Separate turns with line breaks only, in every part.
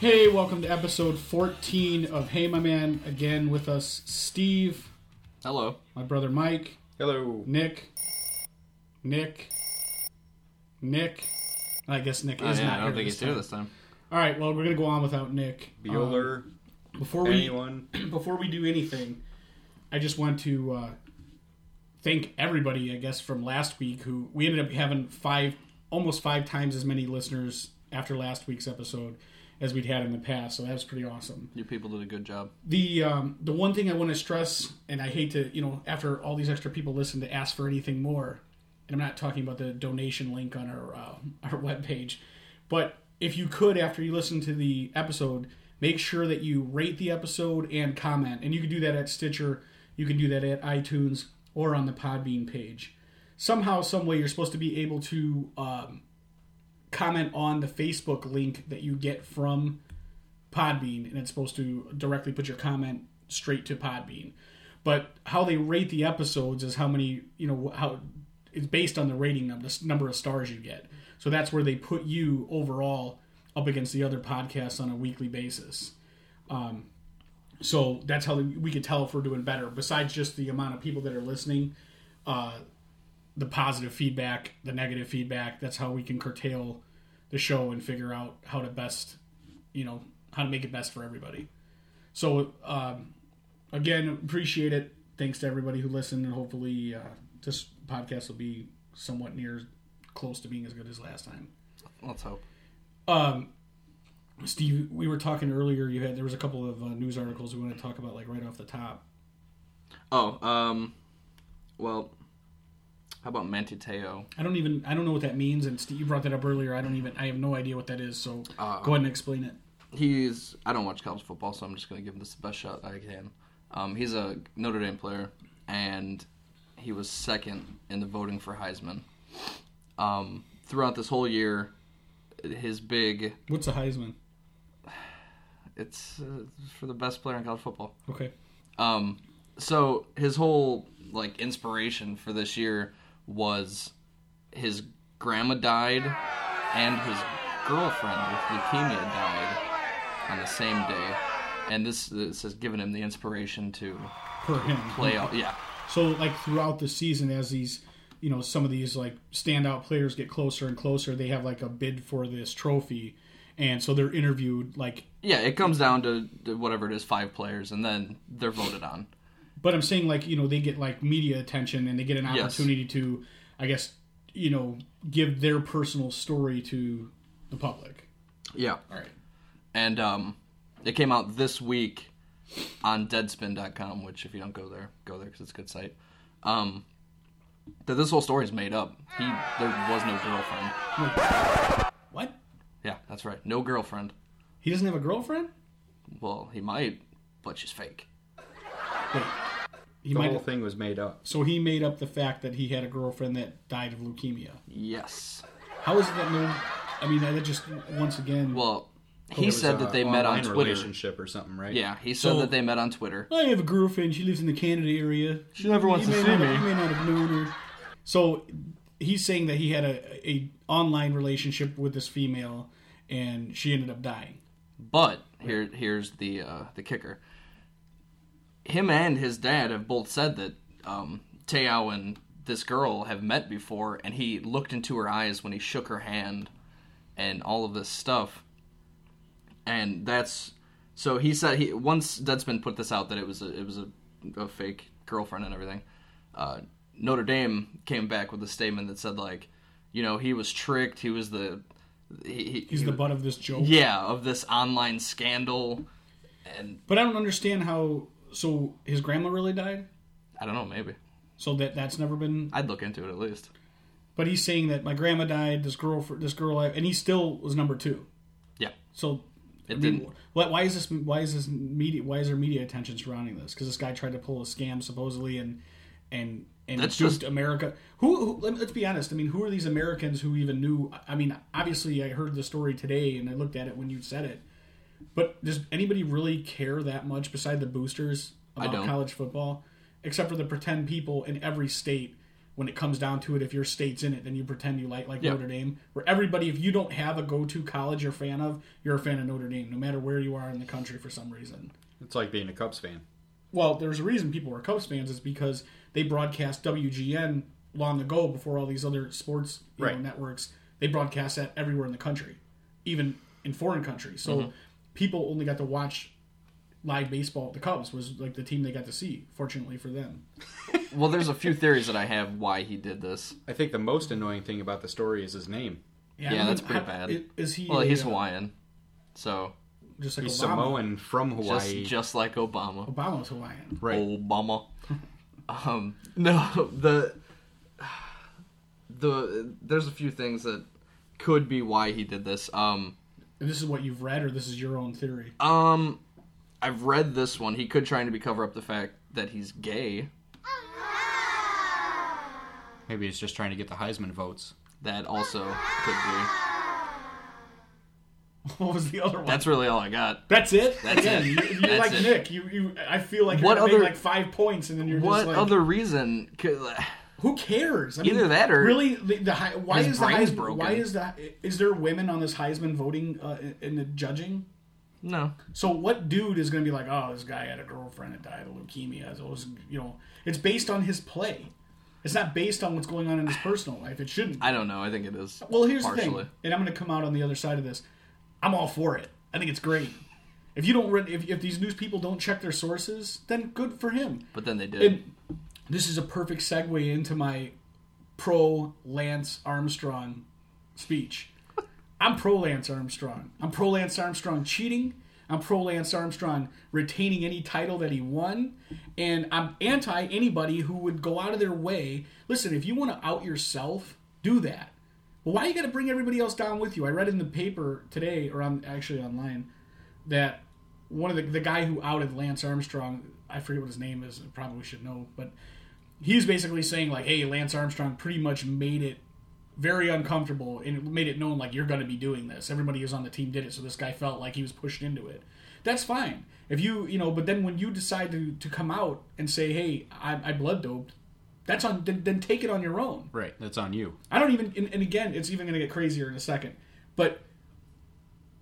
Hey, welcome to episode 14 of Hey My Man. Again with us, Steve,
Hello.
my brother Mike,
Hello.
Nick, Nick, Nick. I guess Nick
Oh,
is
yeah,
not
I don't
here
think
this
he's here
time.
this time.
All right, well, we're going to go on without Nick. Um,
Bueller.
before we
anyone?
before we do anything, I just want to uh, thank everybody, I guess, from last week who we ended up having five, almost five times as many listeners after last week's episode as we'd had in the past. So that was pretty awesome.
You people did a good job.
The um, the one thing I want to stress, and I hate to, you know, after all these extra people listen to ask for anything more, and I'm not talking about the donation link on our uh, our webpage, but if you could, after you listen to the episode, make sure that you rate the episode and comment, and you can do that at Stitcher, you can do that at iTunes or on the Podbean page. Somehow, some way, you're supposed to be able to um, comment on the Facebook link that you get from Podbean, and it's supposed to directly put your comment straight to Podbean. But how they rate the episodes is how many you know how it's based on the rating of the s- number of stars you get. So that's where they put you overall up against the other podcasts on a weekly basis. Um, so that's how we could tell if we're doing better. Besides just the amount of people that are listening, uh, the positive feedback, the negative feedback. That's how we can curtail the show and figure out how to best you know how to make it best for everybody. So um, again, appreciate it. Thanks to everybody who listened, and hopefully uh, this podcast will be somewhat near close to being as good as last time.
Let's hope.
Steve, we were talking earlier. You had there was a couple of uh, news articles we want to talk about, like right off the top.
Oh, um, well, how about Mantiteo?
I don't even I don't know what that means, and Steve, you brought that up earlier. I don't even I have no idea what that is. So go ahead and explain it.
He's I don't watch college football, so I'm just gonna give this the best shot I can. Um, he's a Notre Dame player, and he was second in the voting for Heisman. Um, throughout this whole year, his big
What's a Heisman?
it's uh, for the best player in college football.
Okay,
Um, so his whole like inspiration for this year was his grandma died and his girlfriend with leukemia died on the same day, and this this has given him the inspiration to
for him.
play out. Yeah,
So like throughout the season, as these, you know, some of these like standout players get closer and closer, they have like a bid for this trophy, and so they're interviewed like.
yeah. It comes down to, to whatever it is, five players, and then they're voted on.
But I'm saying like you know they get like media attention and they get an
Yes.
opportunity to, I guess, you know, give their personal story to the public.
Yeah.
All right.
and um, it came out this week on Deadspin.com, which if you don't go there, go there because it's a good site. Um, that this whole story is made up. He there was no girlfriend.
What?
Yeah, that's right, no girlfriend.
He doesn't have a girlfriend?
Well, he might, but she's fake.
Wait. He
The
might.
whole thing was made up.
So he made up the fact that he had a girlfriend that died of leukemia.
Yes.
How is that? No. I mean, that just once again.
Well,
It
he
was
said
a
that they met on
online
Twitter.
relationship or something, right?
Yeah, he said
So-
that they met on Twitter.
I have a girlfriend. She lives in the Canada area.
She never wants
You may, not, you may not have known her. So he's saying that he had a, a online relationship with this female, and she ended up dying.
But here, here's the uh, the kicker. Him and his dad have both said that um, Teo and this girl have met before, and he looked into her eyes when he shook her hand, and all of this stuff. And that's so he said he once Deadspin put this out that it was a it was a, a fake girlfriend and everything. Uh, Notre Dame came back with a statement that said like, you know, he was tricked. He was the he, he,
He's
he
the butt of this joke.
yeah, of this online scandal, and
But I don't understand how. So his grandma really died.
I don't know, maybe
So that that's never been.
I'd look into it at least.
But he's saying that my grandma died. This girl, this girl, I- and he still was number two.
Yeah,
So.
It
I mean,
didn't-
why, why is this? Why is this media? Why is there media attention surrounding this? Because this guy tried to pull a scam supposedly, and and and
That's
duped
just-
America. Who, who? let- Let's be honest. I mean, who are these Americans who even knew? I mean, obviously, I heard the story today, and I looked at it when you said it. But does anybody really care that much beside the boosters about
don't.
college football, except for the pretend people in every state when it comes down to it, if your state's in it, then you pretend you like like
Yeah.
Notre Dame. Where everybody, if you don't have a go-to college you're a fan of, you're a fan of Notre Dame, no matter where you are in the country for some reason.
It's like being a Cubs fan.
Well, there's a reason people were Cubs fans is because they broadcast WGN long ago before all these other sports you
Right.
know, networks. They broadcast that everywhere in the country, even in foreign countries.
Mm-hmm.
So people only got to watch live baseball. The Cubs was like the team they got to see. Fortunately for them,
Well, there's a few theories that I have why he did this.
I think the most annoying thing about the story is his name.
I
Yeah,
don't
that's
know
pretty
how-
bad.
i- Is he?
Well,
a,
he's
uh,
Hawaiian, so
Just like
He's
Obama.
Samoan from
just
Hawaii.
just like Obama,
Obama's Hawaiian.
right.
Obama. um, no, the the there's a few things that could be why he did this. Um,
And this is what you've read, or this is your own theory.
um, I've read this one. He could trying to be cover up the fact that he's gay.
Maybe he's just trying to get the Heisman votes.
That also could be.
what was the other one?
That's really all I got.
That's it.
That's
Again,
it.
you- You're
That's
like
it.
Nick. You, you. I feel like you're
What
gonna make
other-
like five points, and then you're
What
just like,
other reason? Could,
who cares? I
Either that or-
really the, the Hei- why
His
is the
brain's
Heisman,
broken.
why is the is there women on this Heisman voting uh, in- in the judging?
no.
So what dude is gonna be like? Oh, this guy had a girlfriend that died of leukemia. So it was, you know, it's based on his play. It's not based on what's going on in his personal life. It shouldn't. be.
I don't know. I think it is.
Well, here's the
partially.
thing, and I'm going to come out on the other side of this. I'm all for it. I think it's great. If you don't, re- if, if these news people don't check their sources, then good for him.
But then they did.
And this is a perfect segue into my pro Lance Armstrong speech. I'm pro Lance Armstrong. I'm pro Lance Armstrong cheating. I'm pro Lance Armstrong retaining any title that he won. And I'm anti anybody who would go out of their way. Listen, if you want to out yourself, do that. But why you got to bring everybody else down with you? I read in the paper today, or on actually online, that one of the the guy who outed Lance Armstrong, I forget what his name is, I probably should know, but he's basically saying like, "Hey, Lance Armstrong pretty much made it very uncomfortable and it made it known like you're going to be doing this. Everybody who's on the team did it, so this guy felt like he was pushed into it. That's fine. If you you know, but then when you decide to to come out and say, "Hey, I, I blood doped," that's on then, then take it on your own.
Right. That's on you.
I don't even, and, and again, it's even going to get crazier in a second. But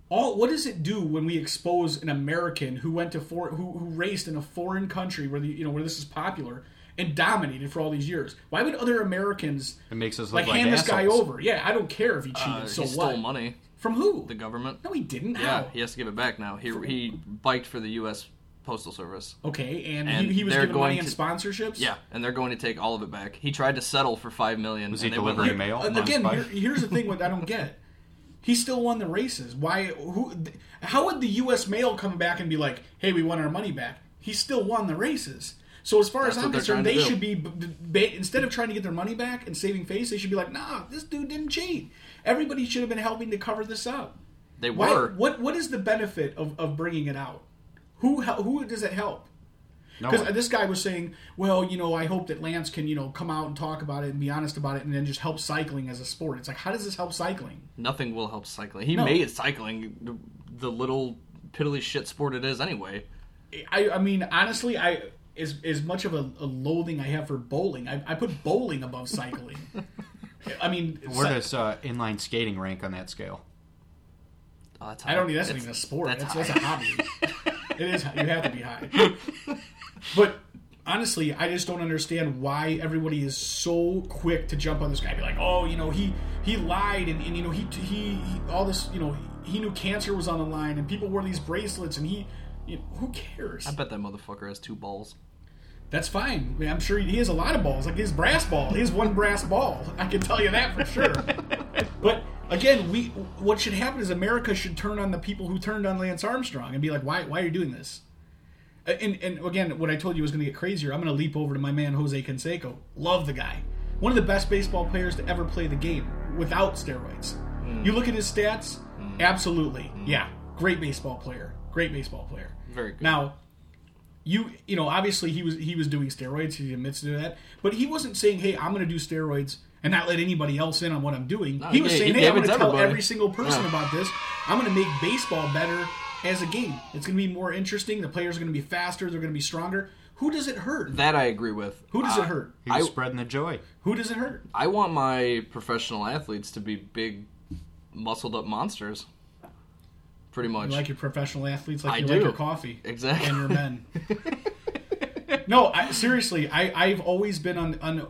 all, what does it do when we expose an American who went to for, who, who raced in a foreign country where the you know where this is popular and dominated for all these years? Why would other Americans
It makes us look
like,
like,
hand this guy
assholes.
over? Yeah, I don't care if he cheated.
Uh,
so
he
what?
stole money.
From who?
The government.
no, he didn't.
Yeah,
How?
he has to give it back now. He he biked for the U.S. Postal Service.
Okay, and,
And
he, he was
they're
given
going
money and
to-
sponsorships.
Yeah, and they're going to take all of it back. He tried to settle for five million.
Was
and
he
they went
delivering
like-
mail?
Uh,
on the
again,
bike?
here, here's the thing with I don't get. He still won the races. Why? Who? th- How would the U.S. mail come back and be like, "Hey, we want our money back"? He still won the races. So as far as
That's
I'm
what they're
concerned,
trying
they
to
should
do.
be b- b- ba- instead of trying to get their money back and saving face, they should be like, "Nah, this dude didn't cheat. Everybody should have been helping to cover this up."
They
Why,
were.
What? What is the benefit of, of bringing it out? Who? hel- Who does it help?
No
Because
one.
this guy was saying, well, you know, I hope that Lance can, you know, come out and talk about it and be honest about it and then just help cycling as a sport. It's like, how does this help cycling?
Nothing will help cycling. He made cycling the, the little piddly shit sport it is anyway.
I, I mean, honestly, I as, as much of a, a loathing I have for bowling, I, I put bowling above cycling. I mean,
Where
cy-
does uh, inline skating rank on that scale?
Oh, that's
I don't need that's not
it's-
even a sport.
That's,
That's, that's,
high.
a hobby. it is. You have to be high. But honestly, I just don't understand why everybody is so quick to jump on this guy. and Be like, oh, you know, he he lied, and, and you know, he, he he all this, you know, he knew cancer was on the line, and people wore these bracelets, and he, you know, who cares?
I bet that motherfucker has two balls.
That's fine. I mean, I'm sure he has a lot of balls. Like his brass ball, he has one brass ball. I can tell you that for sure. but again, we what should happen is America should turn on the people who turned on Lance Armstrong and be like, why why are you doing this? And and again, what I told you was going to get crazier. I'm going to leap over to my man Jose Canseco. Love the guy. One of the best baseball players to ever play the game without steroids. You look at his stats. Absolutely, yeah, great baseball player. Great baseball player.
Very good.
Now you you know obviously he was he was doing steroids he admits to that but he wasn't saying hey i'm going to do steroids and not let anybody else in on what i'm doing he was
yeah,
saying
he
hey i'm going
gave it
to
to
tell
everybody."
every single person about this i'm going to make baseball better as a game it's going to be more interesting the players are going to be faster they're going to be stronger Who does it hurt?
That I agree with. Uh,
Who does it hurt?
He was
I-
spreading the joy.
Who does it hurt?
I want my professional athletes to be big, muscled up monsters. Pretty much.
You like your professional athletes like
I
you like
do.
your coffee.
Exactly.
And your men. no, I, seriously, I, I've always been on on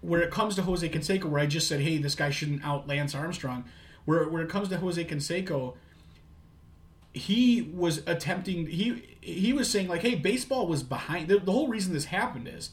where it comes to Jose Canseco, where I just said, hey, this guy shouldn't out Lance Armstrong. Where where it comes to Jose Canseco, he was attempting he he was saying like, hey, baseball was behind the, the whole reason this happened is,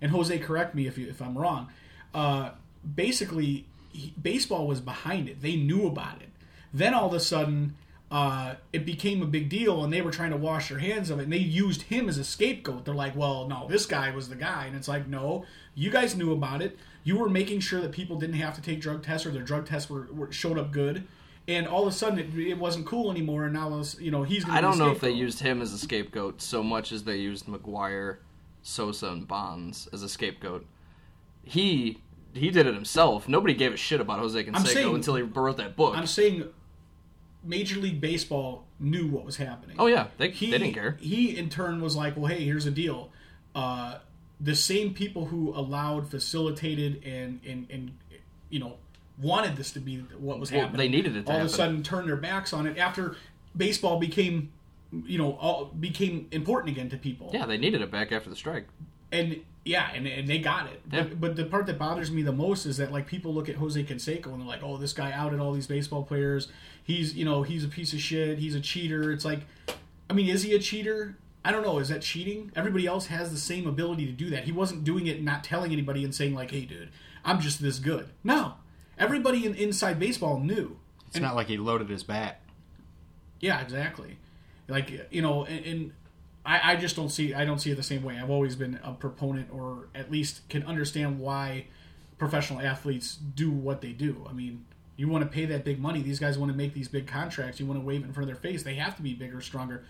and Jose, correct me if you if I'm wrong. Uh, basically, he, baseball was behind it. They knew about it. Then all of a sudden, uh, it became a big deal, and they were trying to wash their hands of it. And they used him as a scapegoat. They're like, "Well, no, this guy was the guy," and it's like, "No, you guys knew about it. You were making sure that people didn't have to take drug tests, or their drug tests were, were showed up good." And all of a sudden, it, it wasn't cool anymore. And now, it's- you know, he's. Gonna
I
be the
don't know if they
scapegoat.
used him as a scapegoat so much as they used McGuire, Sosa, and Bonds as a scapegoat. He he did it himself. Nobody gave a shit about Jose Canseco
saying-
until he wrote that book.
I'm saying Major League Baseball knew what was happening.
oh yeah, they,
He
they didn't care.
He in turn was like, "Well, hey, here's a deal. Uh, the same people who allowed, facilitated, and and and you know wanted this to be what was
Well,
happening.
they needed it to
all of a
happen.
sudden turned their backs on it after baseball became." You know, all became important again to people.
Yeah, they needed it back after the strike.
And yeah, and, and they got it.
Yeah.
But, but the part that bothers me the most is that like people look at Jose Canseco and they're like, "Oh, this guy outed all these baseball players. He's you know he's a piece of shit. He's a cheater." It's like, I mean, is he a cheater? I don't know. Is that cheating? Everybody else has the same ability to do that. He wasn't doing it, and not telling anybody, and saying like, "Hey, dude, I'm just this good." No, everybody in inside baseball knew.
It's not like he loaded his bat.
Yeah, exactly. Like you know, and, and I, I just don't see I don't see it the same way. I've always been a proponent, or at least can understand why professional athletes do what they do. I mean, you want to pay that big money. These guys want to make these big contracts. You want to wave it in front of their face. They have to be bigger, stronger.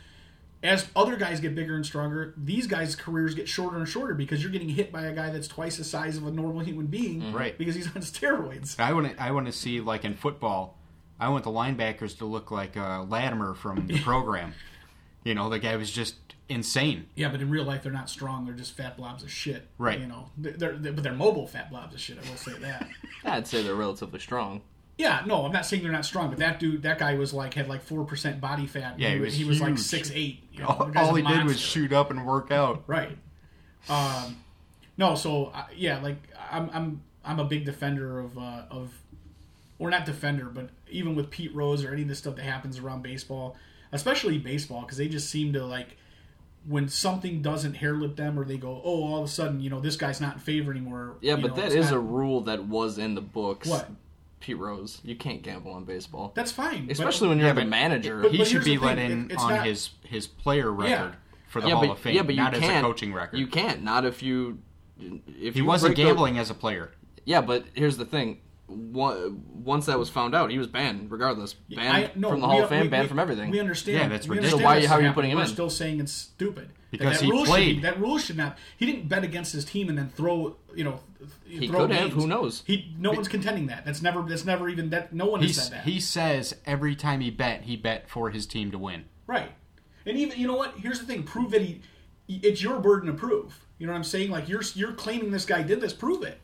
As other guys get bigger and stronger, these guys' careers get shorter and shorter because you're getting hit by a guy that's twice the size of a normal human being,
Right.
Because he's on steroids.
I want to. I want to see like in football. I want the linebackers to look like uh, Latimer from the program. you know, the guy was just insane.
Yeah, but in real life, they're not strong. They're just fat blobs of shit.
Right.
You know, they're, they're, but they're mobile fat blobs of shit. I will say that.
I'd say they're relatively strong.
yeah, no, I'm not saying they're not strong, but that dude, that guy was like had like four percent body fat.
Yeah, he was
he was like
huge.
six eight. You know,
All,
the guy's
all
a
he did was
monster.
shoot up and work out.
Right. Um, no, so uh, yeah, like I'm I'm I'm a big defender of uh, of or not defender, but even with Pete Rose or any of the stuff that happens around baseball, especially baseball, because they just seem to like when something doesn't hairlip them or they go, oh, all of a sudden, you know, this guy's not in favor anymore.
Yeah,
you
but
know,
that
it's
is
not-
a rule that was in the books.
What?
Pete Rose, you can't gamble on baseball,
that's fine, but-
especially when you're
Yeah,
the
but-
manager.
but-
He
but
should
here's the
be let
thing,
in
it- it's
on
not-
his his player record for the
yeah,
Hall
but,
of Fame,
yeah, but you
not as a
can't-
coaching record.
You can't. Not if you. If
he
you
wasn't
break the-
gambling as a player.
Yeah, but here's the thing. Wa- Once that was found out, he was banned, regardless. Banned
I- no,
from the
we-
Hall of
we-
Fame, banned
we-
from everything.
We understand.
Yeah, that's
we
ridiculous.
understand
So why-
that's
how are you
happened.
putting him
We're
in?
still saying it's stupid. That
Because
that
he
rule Should be,
played.
that rule should not. He didn't bet against his team and then throw. You know, th-
He
throw
could have,
names.
who knows?
He. No one's contending that. That's never. That's never even. That no one has
He's,
said that.
he says every time he bet, he bet for his team to win.
Right. And even you know what? Here's the thing: prove that he. It's your burden to prove. You know what I'm saying? Like you're you're claiming this guy did this. Prove it.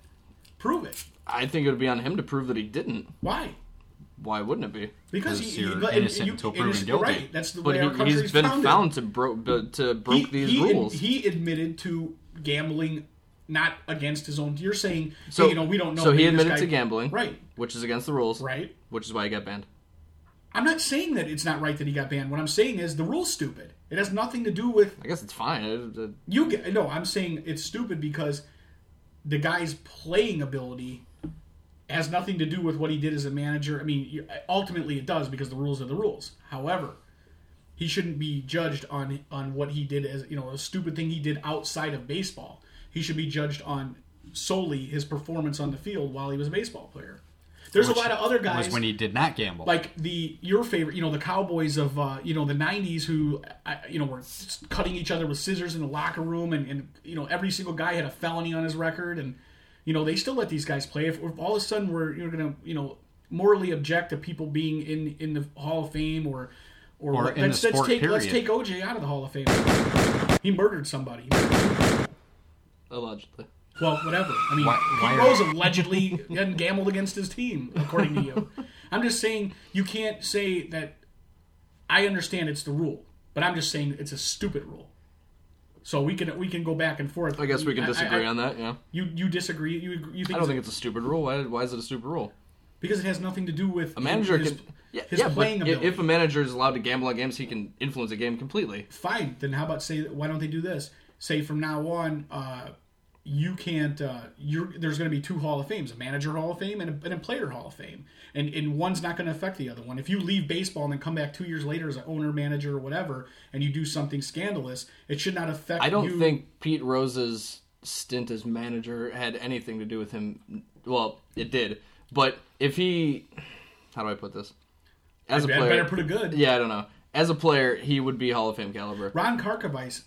Prove it.
I think it would be on him to prove that he didn't.
Why?
Why wouldn't it be?
Because
Because
he,
you're
he- and-
innocent
and you-
until
and
proven
it's-
guilty.
Right. That's the
But
way our
he,
country
he's
is
been
founded.
found to bro- b- to broke
he,
these
he ad-
rules.
he admitted to gambling, not against his own. You're saying, so
So-
you know, we don't know.
so he
maybe this
admitted
guy-
to gambling,
Right,
which is against the rules,
right.
Which is why he got banned.
I'm not saying that it's not right that he got banned. What I'm saying is the rule's stupid. It has nothing to do with
I guess it's fine. It- it-
you. Get, no, I'm saying it's stupid because the guy's playing ability has nothing to do with what he did as a manager. I mean, you- ultimately it does because the rules are the rules. However, he shouldn't be judged on on what he did as you know a stupid thing he did outside of baseball. He should be judged on solely his performance on the field while he was a baseball player. There's
Which
a lot of other
It
guys
was when he did not gamble.
like the your favorite, you know, the Cowboys of uh, you know the '90s who uh, you know were s- cutting each other with scissors in the locker room, and, and you know every single guy had a felony on his record, and you know they still let these guys play. If, if all of a sudden we're you're gonna you know morally object to people being in in the Hall of Fame or or,
Or in the
let's, let's
sport,
take let's
period.
take OJ out of the Hall of Fame. He murdered somebody.
allegedly.
Well, whatever. I mean,
Why- why
Pete
are-
Rose allegedly had gambled against his team, according to you. I'm just saying you can't say that. I understand it's the rule, but I'm just saying it's a stupid rule. So we can we can go back and forth.
I guess we can disagree
I-
on that. Yeah,
you. You disagree. You agree- you think,
I
it's-
don't think it's a stupid rule. Why? Why is it a stupid rule?
because it has nothing to do with
A manager
his,
can. Yeah,
his
yeah, but
playing
i-
ability.
if a manager is allowed to gamble on games, he can influence a game completely.
fine. Then how about say why don't they do this? Say from now on, uh, you can't. Uh, you're there's going to be two Hall of Fames: a manager Hall of Fame and a, and a player Hall of Fame, and and one's not going to affect the other one. If you leave baseball and then come back two years later as an owner, manager, or whatever, and you do something scandalous, it should not affect.
I don't
you.
think Pete Rose's stint as manager had anything to do with him. Well, it did, but if he, how do I put this? As a
I better
player,
put it good.
yeah, I don't know. As a player, he would be Hall of Fame caliber.
Ron Karkovice,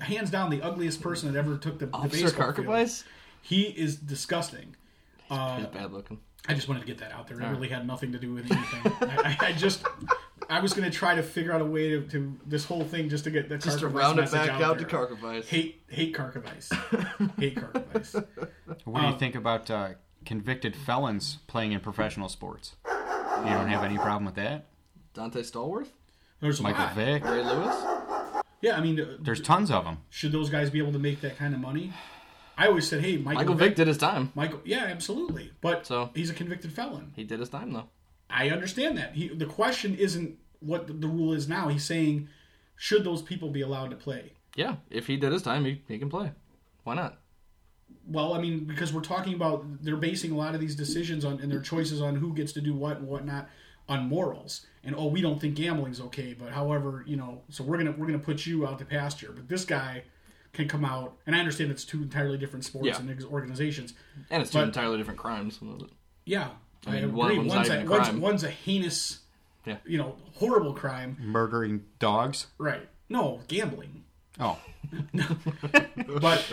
hands down, the ugliest person that ever took the, the
Officer
baseball field. Uh,
Karkovice,
He is disgusting.
he's bad looking.
I just wanted to get that out there. It really had nothing to do with anything. I, I, I just, I was going to try to figure out a way to, to this whole thing just to get the
Just to
Karkovice
round it
message
back
out
out to
there.
Karkovice.
Hate hate Karkovice. hate Karkovice.
What
um,
do you think about uh, convicted felons playing in professional sports? You don't have any problem with that?
Dante Stallworth,
There's a
Michael
lot.
Vick.
Ray Lewis.
Yeah, I mean, uh,
There's tons of them.
should those guys be able to make that kind of money? I always said, hey, Michael,
Michael Vick did his time.
Michael, yeah, absolutely. But
So?
he's a convicted felon.
He did his time though.
I understand that. He, the question isn't what the, the rule is now. He's saying, should those people be allowed to play?
Yeah, if he did his time, he, he can play. Why not?
Well, I mean, because we're talking about they're basing a lot of these decisions on and their choices on who gets to do what and whatnot on morals. And oh, we don't think gambling's okay, but however, you know, so we're gonna we're gonna put you out to pasture. But this guy can come out, and I understand it's two entirely different sports
Yeah.
and ex- organizations.
And it's two
But-
entirely different crimes.
Yeah, I,
mean,
agree.
one of
One's,
them's not
a,
even a
one's,
crime.
one's a heinous,
Yeah. Mm.
you know, horrible crime.
Murdering dogs.
Right? No, gambling.
Oh,
but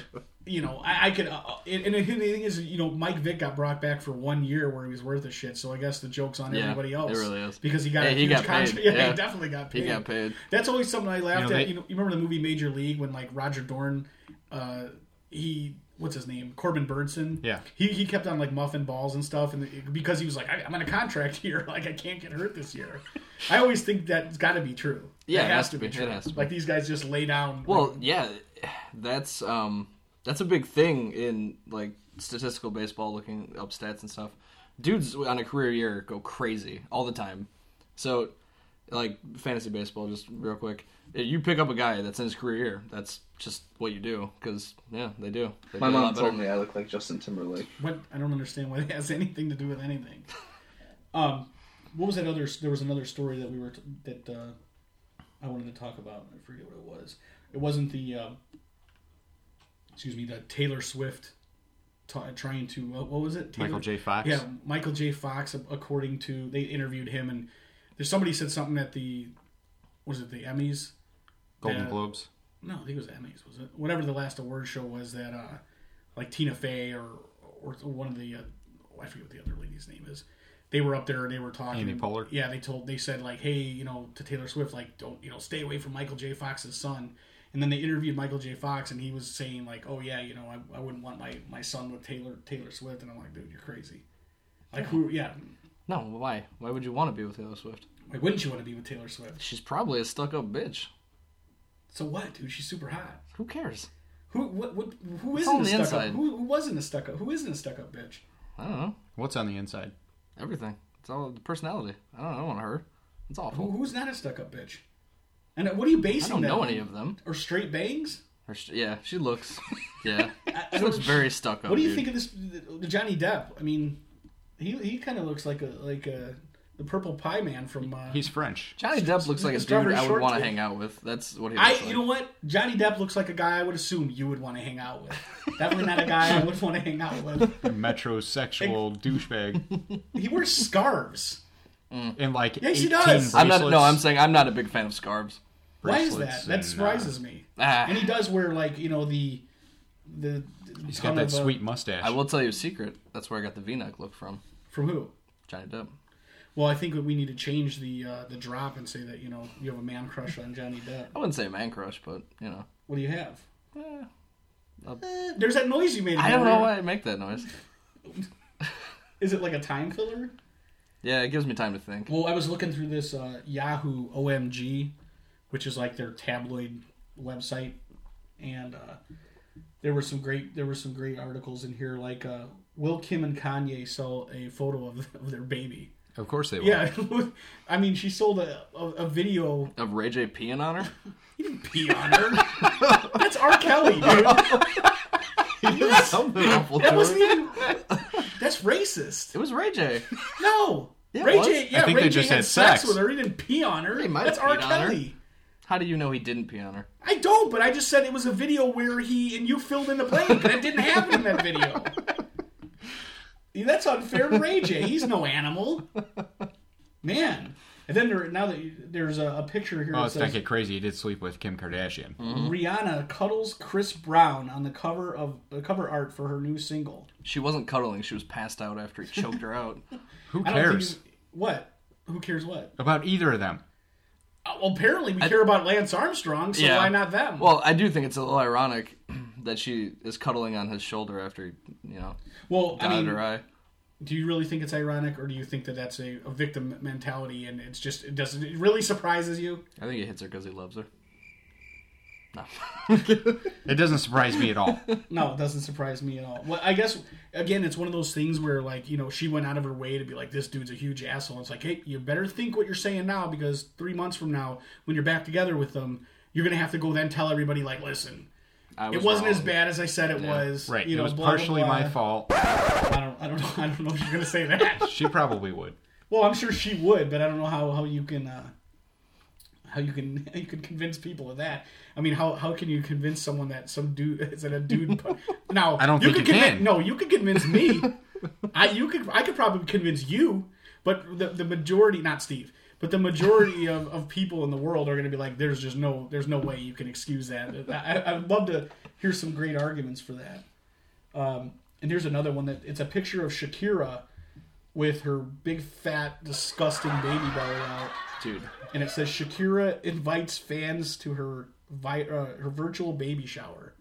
you know, I, I could. Uh, uh, and and the thing is, you know, Mike Vick got brought back for one year where he was worth a shit. So I guess the joke's on
Yeah,
everybody
it
else.
really is.
because he got
Yeah,
a
he
huge
got paid,
contract. Yeah,
yeah.
he definitely got paid.
He got paid.
That's always something I laughed
know,
at.
they-
You know, you remember the movie Major League when like Roger Dorn, uh, he what's his name Corbin Burnson.
Yeah.
he, he kept on like muffin balls and stuff, and it- because he was like, I, I'm on a contract here, like I can't get hurt this year. I always think that's got to be true.
Yeah,
That
it has to be. It has to be.
Like these guys just lay down.
Well, yeah, that's um, that's a big thing in like statistical baseball, looking up stats and stuff. Dudes on a career year go crazy all the time. So, like fantasy baseball, just real quick, you pick up a guy that's in his career year. That's just what you do because yeah, they do. They
My
do a lot
mom
better.
told me I look like Justin Timberlake.
What I don't understand why it has anything to do with anything. Um, what was that other? There was another story that we were that uh, I wanted to talk about. I forget what it was. It wasn't the uh, excuse me the Taylor Swift ta trying to uh, what was it? Taylor,
Michael J. Fox.
Yeah, Michael J. Fox. According to they interviewed him and there's somebody said something at the was it the Emmys?
Golden
Yeah.
Globes.
no, I think it was Emmys, was it? Whatever the last award show was that, uh, like Tina Fey or or one of the, uh, oh, I forget what the other lady's name is. They were up there and they were talking.
Amy Poehler?
Yeah, they told they said like, hey, you know, to Taylor Swift, like, don't you know, stay away from Michael J. Fox's son. And then they interviewed Michael J. Fox, and he was saying like, oh yeah, you know, I, I wouldn't want my my son with Taylor Taylor Swift, and I'm like, dude, you're crazy. Like who? Yeah,
No, why? Why would you want to be with Taylor Swift?
like wouldn't you want to be with Taylor Swift?
She's probably a stuck-up bitch.
So what, dude? She's super hot.
Who cares?
Who what, what who
all
isn't
on
a
the
stuck
inside.
up? Who, who wasn't a stuck up? Who isn't a stuck up bitch?
I don't know.
What's on the inside?
Everything. It's all the personality. I don't know on her. It's
Who,
awful.
who's not a stuck up bitch? And uh, what are you basing
I don't
that?
know
on?
any of them.
Or straight bangs?
Her, sh- yeah, she looks. Yeah, she
don't-
looks very stuck up.
what do you
dude.
think of this the Johnny Depp? I mean, he he kind of looks like a like a the purple pie man from. Uh,
He's French.
Johnny Depp looks like a dude
Strawberry
I would want to
shortcake.
hang out with. That's what he looks
I
like.
you know what Johnny Depp looks like a guy I would assume you would want to hang out with. Definitely not a guy I would want to hang out with.
Metrosexual douchebag.
He wears scarves.
And like
Yes,
18
he does.
I'm not. No, I'm
bracelets.
saying I'm not a big fan of scarves.
Why is
Bracelets
that? That
and, uh,
surprises me.
Ah,
And he does wear like you know the the. uh,
He's got that sweet mustache.
I will tell you a secret. That's where I got the V-neck look from.
From who?
Johnny Depp.
Well, I think we need to change the uh, the drop and say that you know you have a man crush on Johnny Depp.
I wouldn't say man crush, but you know,
What do you have?
eh,
Eh, there's that noise you made.
I don't
again.
know why I make that noise.
Is it like a time filler?
Yeah, it gives me time to think.
Well, I was looking through this uh, Yahoo OMG, which is like their tabloid website, and uh, there were some great there were some great articles in here like uh, will Kim and Kanye sell a photo of, of their baby?
Of course they will.
Yeah, I mean she sold a a, a video
Of Ray J peeing on her.
pee on her. That's R. Kelly, dude.
Oh,
Something awful.
That
to
wasn't
it.
even. That's racist.
It was Ray J.
No.
Yeah,
Ray
it
J.
was.
Yeah,
I think
Ray
they
J
just
had
had
sex.
sex.
with her. He didn't pee on her.
He might
That's
have
R.
peed on her.
Kelly.
How do you know he didn't pee on her?
I don't, but I just said it was a video where he and you filled in the blank, and it didn't happen in that video. Yeah, That's unfair to Ray J. He's no animal, man. And then there, now that you, there's a, a picture here
Oh,
that
let's not
says
get crazy. He did sleep with Kim Kardashian.
Mm-hmm. Rihanna cuddles Chris Brown on the cover of the cover art for her new single.
She wasn't cuddling. She was passed out after he choked her out.
Who
I don't think
cares
you- what? Who cares what?
about either of them?
Uh, well, apparently we care about Lance Armstrong, so
Yeah.
why not them?
Well, I do think it's a little ironic that she is cuddling on his shoulder after he, you know,
well, I
dotted
mean,
her eye.
do you really think it's ironic or do you think that that's a, a victim mentality and it's just it doesn't it really surprises you
I think he hits her because he loves her. No.
It doesn't surprise me at all.
no it doesn't surprise me at all well i guess again it's one of those things where like you know she went out of her way to be like this dude's a huge asshole it's like hey you better think what you're saying now because three months from now when you're back together with them you're gonna have to go then tell everybody like listen
I
it wasn't
wrong.
as bad as i said it was
Right.
you know,
it was
blah, blah,
partially
blah.
my fault.
i don't i don't know i don't know if you're gonna say that
She probably would.
Well, I'm sure she would, but I don't know how, how you can uh, how you can you can convince people of that. I mean, how, how can you convince someone that some dude is that a dude? put- Now
I don't
you
think
could
you
convin-
can.
No, you could convince me. I you could I could probably convince you, but the the majority not Steve. But the majority of, of people in the world are going to be like, "There's just no, there's no way you can excuse that." I, I'd love to hear some great arguments for that. Um, and here's another one that it's a picture of Shakira with her big fat disgusting baby belly out,
Dude,
and it says Shakira invites fans to her vi- uh, her virtual baby shower.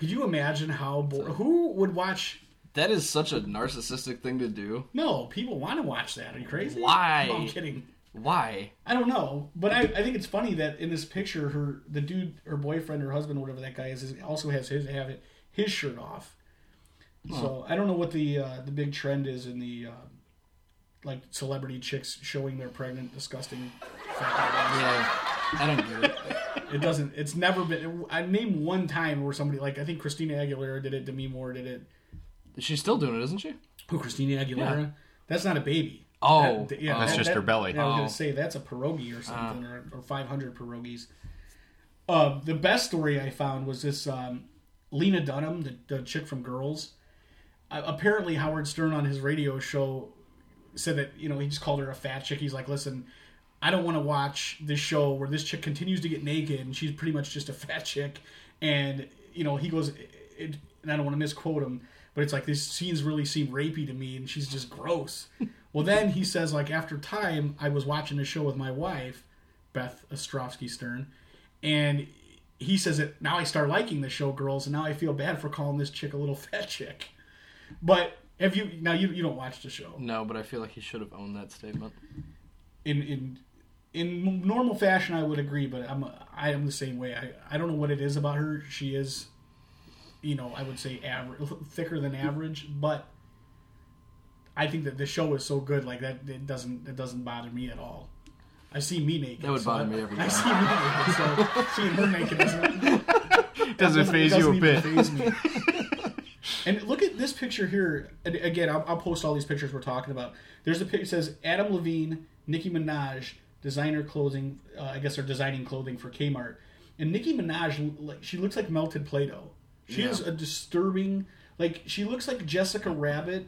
Could you imagine how bo- who would watch?
that is such a narcissistic thing to do.
No, people want to watch that. Are you crazy?
Why?
No, I'm kidding.
Why?
I don't know, but I, I think it's funny that in this picture, her the dude, her boyfriend, her husband, whatever that guy is, is also has his have it, his shirt off. So I don't know what the uh, the big trend is in the uh, like celebrity chicks showing their pregnant, disgusting. fat
Yeah, Uh, I don't get it.
bodies. It doesn't. It's never been. I name one time where somebody like I think Christina Aguilera did it. Demi Moore did it.
She's still doing it, isn't she?
Who Christina Aguilera?
Yeah.
That's not a baby.
Oh,
That- yeah,
oh.
That's
that-
just
that-
her belly.
yeah, I was
Oh.
gonna say that's a pierogi or something, or, or five hundred pierogies. Uh, the best story I found was this um, Lena Dunham, the, the chick from Girls. Uh, apparently, Howard Stern on his radio show said that you know he just called her a fat chick. He's like, listen. I don't want to watch this show where this chick continues to get naked and she's pretty much just a fat chick. And, you know, he goes, it, and I don't want to misquote him, but it's like these scenes really seem rapey to me and she's just gross. well, then he says, like, after time, I was watching a show with my wife, Beth Ostrovsky Stern, and he says that now I start liking the show, girls, and now I feel bad for calling this chick a little fat chick. But have you, now you, you don't watch the show
No, but I feel like he should have owned that statement.
in in in normal fashion I would agree, but I'm I am the same way. I I don't know what it is about her. She is, you know, I would say average, thicker than average, but I think that the show is so good like that it doesn't it doesn't bother me at all. I see me naked.
That would
so
bother
I-
me every
I
time.
see me naked, so seeing her naked doesn't
Doesn't
it
phase you a
doesn't even
bit.
faze me. and look at this picture here. And again, I'll, I'll post all these pictures we're talking about. There's a picture that says Adam Levine, Nicki Minaj, designer clothing. Uh, I guess they're designing clothing for Kmart. And Nicki Minaj, l- like she looks like melted Play-Doh. She is
Yeah.
a disturbing. Like she looks like Jessica Rabbit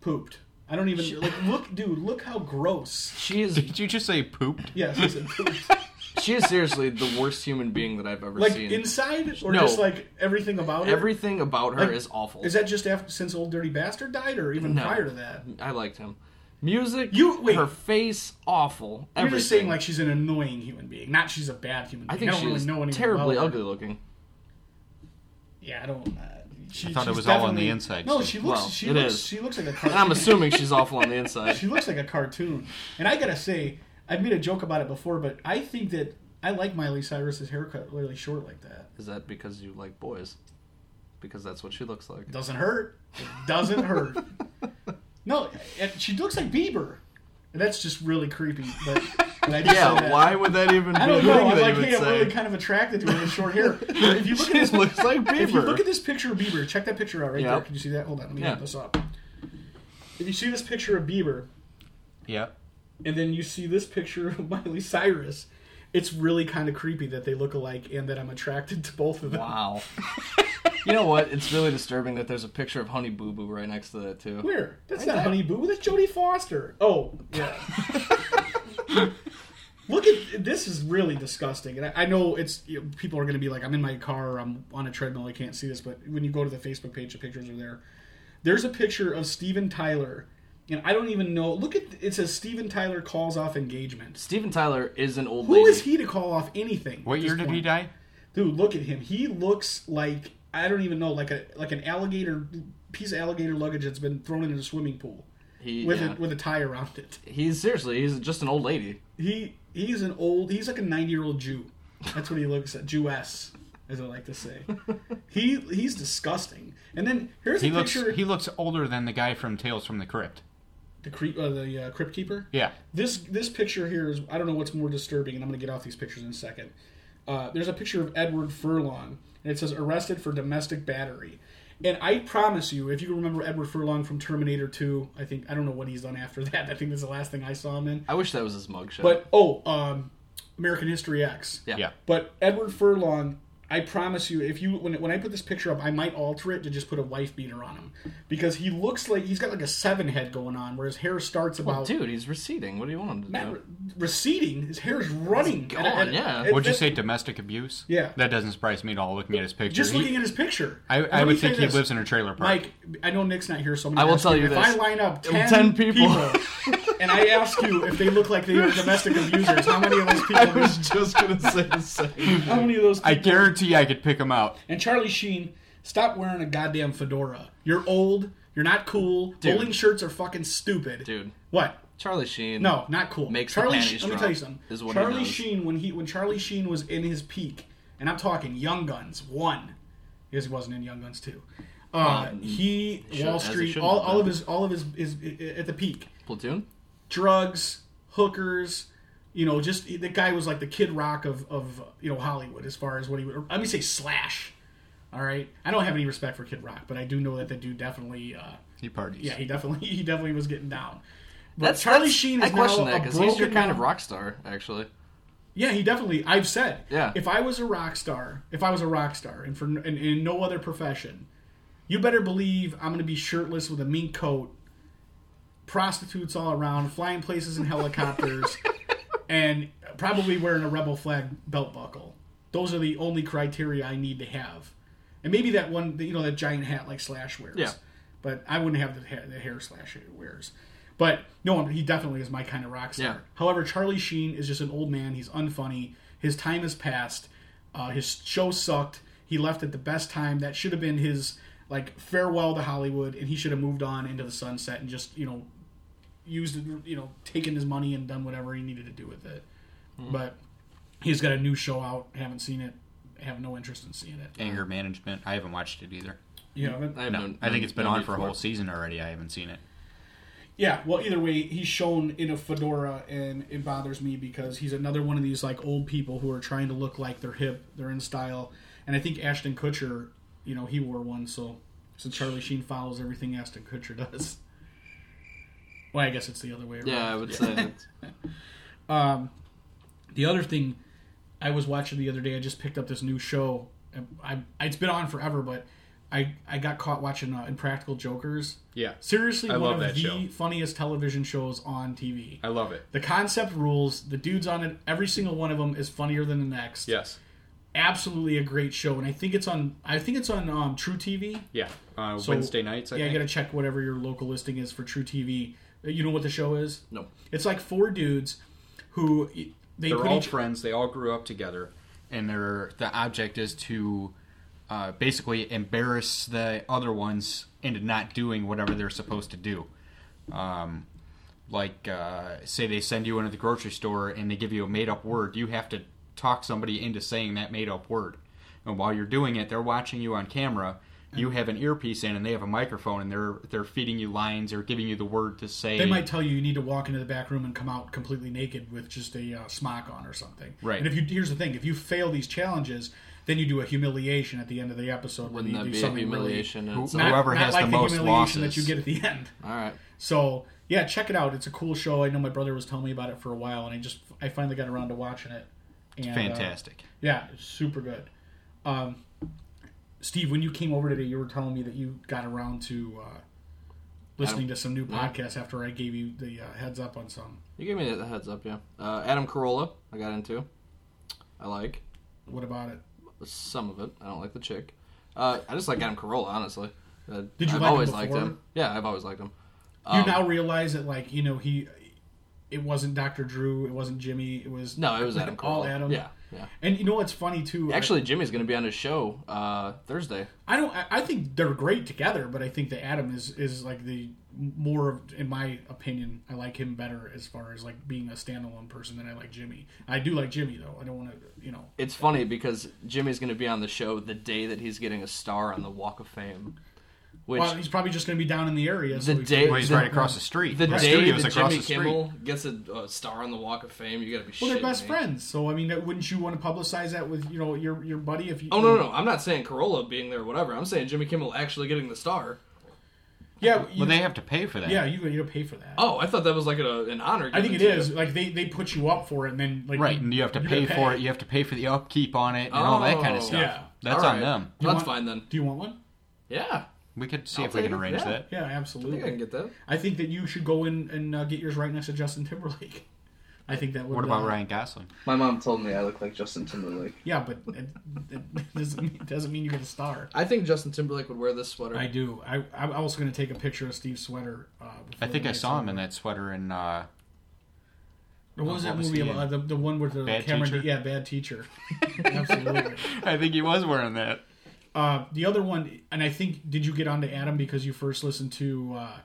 pooped. I don't even like look, dude. Look how gross.
She is
Did you just say pooped?
Yes, I said pooped.
she is seriously the worst human being that I've ever
like
seen.
inside or
No.
just like everything about her.
Everything about her
Like,
is awful.
Is that just after since Old Dirty Bastard died, or even
No.
prior to that?
I liked him. Music,
You- wait.
her face, awful.
You're
everything.
just saying like she's an annoying human being, not she's a bad human.
I
being.
think
I don't
she
really
was
know anyone
terribly
about her.
ugly looking.
Yeah, I don't. Uh, she,
I thought it
she's
was all on the
definitely-
inside,
No,
so-
she looks.
Well,
she
it
looks.
is.
She looks like a
And I'm
cartoon.
assuming she's awful on the inside.
she looks like a cartoon. And I gotta say, I've made a joke about it before, but I think that I like Miley Cyrus's haircut really short like that.
Is that because you like boys? Because that's what she looks like.
It doesn't hurt. It doesn't hurt. No, and she looks like Bieber. And that's just really creepy. But, but I just say
Yeah,
that.
why would that even be
I
a
don't
thing
know. I'm
that
like,
you would
hey, I'm
say?
really kind of attracted to her with short hair. But if you look
She
at this,
looks like
if you
Bieber.
look at this picture of Bieber, check that picture out right
Yeah.
there. Can you see that? Hold on, let me
Yeah.
get this up. If you see this picture of Bieber,
Yep.
and then you see this picture of Miley Cyrus, it's really kind of creepy that they look alike and that I'm attracted to both of them.
Wow. you know what? It's really disturbing that there's a picture of Honey Boo Boo right next to that too.
Where? That's not Honey Boo. That's Jodie Foster. Oh, yeah. Look at this is really disgusting, and I, I know it's you know, people are going to be like, I'm in my car, or I'm on a treadmill, I can't see this, but when you go to the Facebook page, the pictures are there. There's a picture of Steven Tyler, and I don't even know. Look at it says Steven Tyler calls off engagement.
Steven Tyler is an old
Who
lady.
is he to call off anything?
What
at
year
this
did
point?
he die?
Dude, look at him. He looks like I don't even know, like a like an alligator piece of alligator luggage that's been thrown into a swimming pool
He-
with
yeah.
a, with a tie around it.
He's seriously, he's just an old lady.
He he's an old. He's like a ninety year old Jew. That's what he looks at. Jewess, as I like to say. He he's disgusting. And then here's
He
a
looks
picture.
he looks older than the guy from Tales from the Crypt.
the creep, uh, the uh, crypt keeper.
Yeah.
This this picture here is I don't know what's more disturbing, and I'm going to get off these pictures in a second. Uh, there's a picture of Edward Furlong, and it says arrested for domestic battery. And I promise you, if you remember Edward Furlong from Terminator 2, I think I don't know what he's done after that. I think that's the last thing I saw him in.
I wish that was his mugshot.
But oh, um, American History X.
yeah.
Yeah.
But Edward Furlong, I promise you, if you when when I put this picture up, I might alter it to just put a wife beater on him because he looks like he's got like a seven head going on, where his hair starts about
Dude, he's receding. What do you want him to
not re-
do?
receding. His hair is running.
gone, yeah.
it-
Would you
it-
say domestic abuse?
Yeah.
That doesn't surprise me at all. Looking at his picture,
Just
He-
looking at his picture,
I,
Let
I
me
would
say
think he
this.
lives in a trailer park.
Mike, I know Nick's not here, so I'm gonna
I will
ask
tell you
if
this.
I line up 10,
10 people.
people, and I ask you if they look like they are domestic abusers, how many of those people?
I was just gonna say the same.
how many of those? People
I guarantee I could pick him out.
And Charlie Sheen, stop wearing a goddamn fedora. You're old. You're not cool. Bowling shirts are fucking stupid.
Dude.
What?
Charlie Sheen.
No, not cool.
Makes the
Charlie
panties
Sheen, let me
drop,
tell you something.
is what he
Charlie
does.
Sheen when he when Charlie Sheen was in his peak, and I'm talking Young Guns one, because he wasn't in Young Guns two. Uh, he
should-
Wall
as he
Street
should
all,
have
all of
been.
his all of his is at the peak
Platoon.
drugs, hookers. You know, just the guy was like the Kid Rock of of you know Hollywood as far as what he would. Let me say Slash. All right, I don't have any respect for Kid Rock, but I do know that the dude definitely. Uh,
He parties.
yeah, he definitely he definitely was getting down. But
That's
Charlie
that's-
Sheen
I
is
question
now
that
a
because he's your
broken
kind of
down-
rock star, actually.
Yeah, he definitely. I've said.
Yeah.
If I was a rock star, if I was a rock star, and for and in no other profession, you better believe I'm going to be shirtless with a mink coat, prostitutes all around, flying places in helicopters, and probably wearing a rebel flag belt buckle. Those are the only criteria I need to have, and maybe that one, you know, that giant hat like Slash wears.
Yeah.
But I wouldn't have the hair, the hair Slash wears. But no, he definitely is my kind of rock star.
Yeah.
However, Charlie Sheen is just an old man. He's unfunny. His time has passed. Uh, his show sucked. He left at the best time. That should have been his like farewell to Hollywood, and he should have moved on into the sunset and just you know used you know taken his money and done whatever he needed to do with it. But he's got a new show out. Haven't seen it. Have no interest in seeing it.
Anger management. I haven't watched it either.
You haven't.
I, have
No,
no-
I think
no-
it's been
no
on
need
for a
it.
whole season already. I haven't seen it.
Yeah, well, either way, he's shown in a fedora, and it bothers me because he's another one of these like old people who are trying to look like they're hip, they're in style, and I think Ashton Kutcher, you know, he wore one, so since Charlie Sheen follows everything Ashton Kutcher does, well, I guess it's the other way around.
Yeah, I would say that's
The other thing I was watching the other day, I just picked up this new show. and I, I it's been on forever, but I I got caught watching uh, Impractical Jokers.
Yeah.
Seriously,
I
one
love
of
that
the
show.
funniest television shows on TV.
I love it.
The concept rules. The dudes on it, every single one of them is funnier than the next.
Yes.
absolutely a great show, and I think it's on. I think it's on um, True TV.
Yeah. Uh,
So-
Wednesday nights. I
yeah,
think.
you gotta check whatever your local listing is for True TV. You know what the show is?
No.
It's like four dudes who they
They're
put
all
each
friends. They all grew up together, and their the object is to uh, basically embarrass the other ones into not doing whatever they're supposed to do. Um, like, uh, say they send you into the grocery store and they give you a made up word, you have to talk somebody into saying that made up word. And while you're doing it, they're watching you on camera. You have an earpiece in, and they have a microphone, and they're they're feeding you lines or giving you the word to say.
They might tell you you need to walk into the back room and come out completely naked with just a uh, smock on or something.
Right.
And if you here's the thing: if you fail these challenges, then you do a humiliation at the end of the episode. where
Wouldn't
you
that
do
be a
something
humiliation? in
Who-
Really,
itself?
not,
Whoever
not
has
like
the
the,
most
humiliation that you
losses.
get at the end.
All right.
So yeah, check it out. It's a cool show. I know my brother was telling me about it for a while, and I just I finally got around to watching it. And, uh,
Fantastic.
yeah, it's super good. Um, Steve, when you came over today, you were telling me that you got around to uh, listening to some new podcasts after I gave you the uh, heads up on some.
You gave me the heads up, yeah. Uh, Adam Carolla, I got into. I like
What about it?
some of it. I don't like the chick. Uh, I just like Adam Carolla, honestly. Uh,
Did you like
I've
him
always liked
before?
him. Yeah, I've always liked him. Um,
you now realize that, like you know, he it wasn't Dr. Drew, it wasn't Jimmy, it was
No, it was Adam Carolla.
all Adam.
Yeah, yeah.
And you know what's funny too? I-
Actually, Jimmy's going to be on his show uh, Thursday.
I don't. I- I think they're great together, but I think that Adam is is like the more of, in my opinion, I like him better as far as like being a standalone person than I like Jimmy. I do like Jimmy though. I don't want to, you know.
It's funny because Jimmy's going to be on the show the day that he's getting a star on the Walk of Fame, which
Well, he's probably just going to be down in the area. So
The
we-
day-
Well, he's
the-
right across the street.
the
My
day
studio's
that
across
Jimmy
the street.
Kimmel gets a, a star on the Walk of Fame, you got to be.
well, they're
shitting
best
me.
friends, so I mean, wouldn't you want to publicize that with you know your your buddy if you?
Oh no, no, no! I'm not saying Corolla being there, or whatever. I'm saying Jimmy Kimmel actually getting the star.
Yeah, you,
Well, they have to pay for that.
yeah, you you pay for that.
Oh, I thought that was like a, an honor.
I think it
given to
is
you.
like they they put you up for it, and then like
Right, and you have to pay, for it. You have to pay for the upkeep on it and all that kind
Oh.
of stuff.
Yeah.
That's
All
on
right.
them.
You
That's
want-
fine then.
Do you want one?
Yeah,
We could see
I'll
if we
take
can
it,
arrange
yeah.
that.
Yeah,
I think I can
absolutely.
get that.
I think that you should go in and uh, get yours right next to Justin Timberlake. I think that would.
What about
uh,
Ryan Gosling?
My mom told me I look like Justin Timberlake.
Yeah, but it, it doesn't mean, doesn't mean you get a star.
I think Justin Timberlake would wear this sweater.
I do. I, I'm also going to take a picture of Steve's sweater. Uh, before
I think
the
I
next
saw him
one.
in that sweater in uh,
What was
Oh,
that
what was
movie
he
about? The, the one with the
Bad
camera?
Teacher?
Yeah, bad teacher. Absolutely.
I think he was wearing that.
Uh, the other one, and I think, did you get onto Adam because you first listened to uh,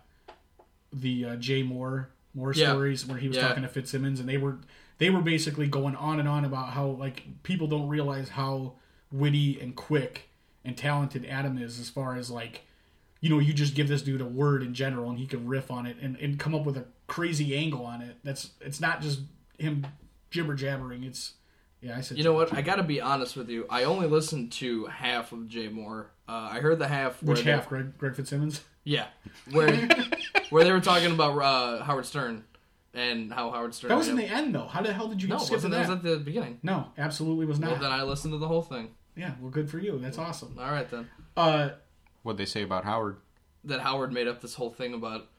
the uh, Jay Moore Moore
Yeah.
stories where he was
Yeah.
talking to Fitzsimmons, and they were they were basically going on and on about how like people don't realize how witty and quick and talented Adam is as far as like you know you just give this dude a word in general and he can riff on it and, and come up with a crazy angle on it. That's it's not just him gibber jabbering. It's yeah, I said
You know what? I got to be honest with you. I only listened to half of Jay Moore. Uh, I heard the half. Where
which
they-
half Greg Greg Fitzsimmons.
Yeah, where where they were talking about uh, Howard Stern and how Howard Stern.
That was in the end, though. How the hell did you
Oh, no,
get
it
skip to
wasn't. That
that?
was at the beginning.
No, absolutely was not.
Well, then I listened to the whole thing.
yeah, well, good for you. That's awesome.
All right then.
Uh,
What'd they say about Howard?
that Howard made up this whole thing about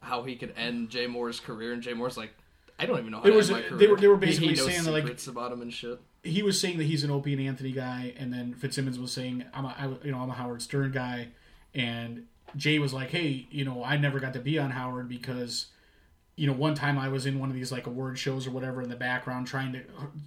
how he could end Jay Moore's career, and Jay Moore's like, I don't even know how
It
to
was-
end my
they
career.
were- they were
He-
basically
he knows
saying that, like-
secrets about him and shit.
he was saying that he's an Opie and Anthony guy, and then Fitzsimmons was saying, "I'm a, I, you know, I'm a Howard Stern guy," and Jay was like, "Hey, you know, I never got to be on Howard because." You know, one time I was in one of these like award shows or whatever in the background trying to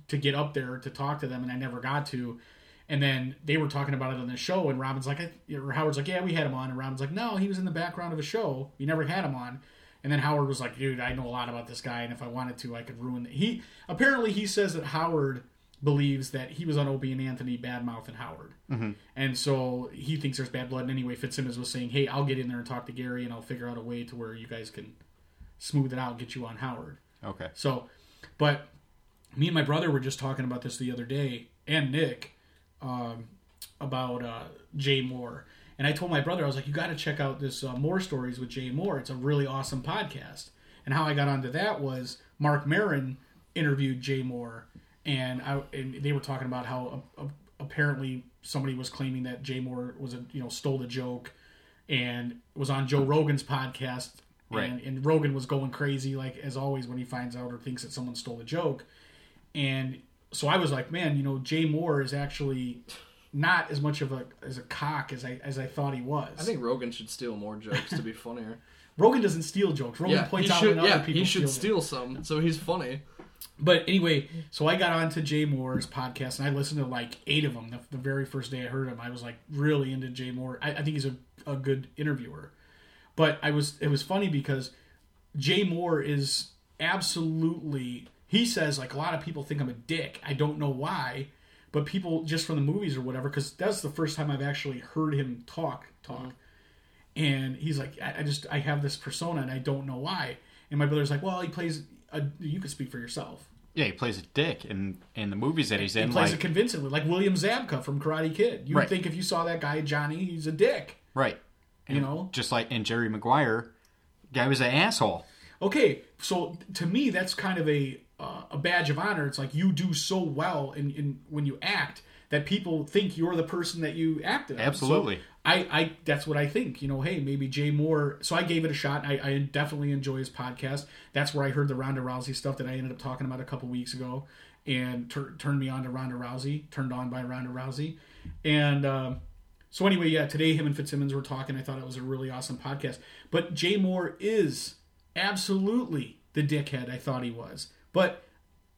to get up there to talk to them, and I never got to. And then they were talking about it on the show, and Robin's like, I, or Howard's like, yeah, we had him on, and Robin's like, no, he was in the background of a show. We never had him on. And then Howard was like, dude, I know a lot about this guy, and if I wanted to, I could ruin. It. He apparently he says that Howard believes that he was on Opie and Anthony, Badmouth and Howard, mm-hmm. and so he thinks there's bad blood. And anyway, Fitzsimmons was saying, hey, I'll get in there and talk to Gary, and I'll figure out a way to where you guys can smooth it out, get you on Howard.
Okay.
So, but me and my brother were just talking about this the other day, and Nick, um, about uh, Jay Moore. And I told my brother, I was like, you got to check out this uh, Moore Stories with Jay Moore. It's a really awesome podcast. And how I got onto that was Mark Marin interviewed Jay Moore, and I and they were talking about how uh, uh, apparently somebody was claiming that Jay Moore was a you know stole the joke, and was on Joe Rogan's podcast.
Right.
And, and Rogan was going crazy, like as always, when he finds out or thinks that someone stole a joke. And so I was like, man, you know, Jay Moore is actually not as much of a as a cock as I as I thought he was.
I think Rogan should steal more jokes to be funnier.
Rogan doesn't steal jokes. Rogan
Yeah, he
points out
should.
when
Yeah,
other people
he should
steal. jokes.
steal some. So he's funny.
But anyway, so I got onto Jay Moore's podcast and I listened to like eight of them. The, the very first day I heard him, I was like really into Jay Moore. I, I think he's a, a good interviewer. But I was it was funny because Jay Moore is absolutely he says like a lot of people think I'm a dick. I don't know why, but people just from the movies or whatever because that's the first time I've actually heard him talk talk. And he's like, I, I just I have this persona and I don't know why. And my brother's like, well, he plays. A, you could speak for yourself.
Yeah, he plays a dick in in the movies that he's in.
He plays it
like,
convincingly, like William Zabka from Karate Kid. You would
Right.
think if you saw that guy Johnny, he's a dick.
right,
You know?
just like in Jerry Maguire, guy was an asshole.
Okay, so to me, that's kind of a uh, a badge of honor. It's like you do so well in, in when you act that people think you're the person that you acted. on.
Absolutely.
So I, I that's what I think. You know, hey, maybe Jay Moore. So I gave it a shot. I, I definitely enjoy his podcast. That's where I heard the Ronda Rousey stuff that I ended up talking about a couple weeks ago, and tur- turned me on to Ronda Rousey. Turned on by Ronda Rousey, and. Um, so anyway, yeah, today him and Fitzsimmons were talking. I thought it was a really awesome podcast. But Jay Moore is absolutely the dickhead I thought he was. But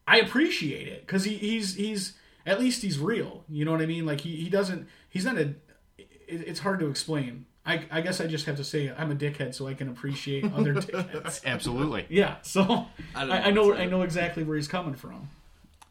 I appreciate it because he, he's he's at least he's real. You know what I mean? Like he, he doesn't he's not a. It, it's hard to explain. I, I guess I just have to say I'm a dickhead so I can appreciate other dickheads.
Absolutely.
Yeah, so I,
I don't
I,
know
know
what to say.
I know exactly where he's coming from.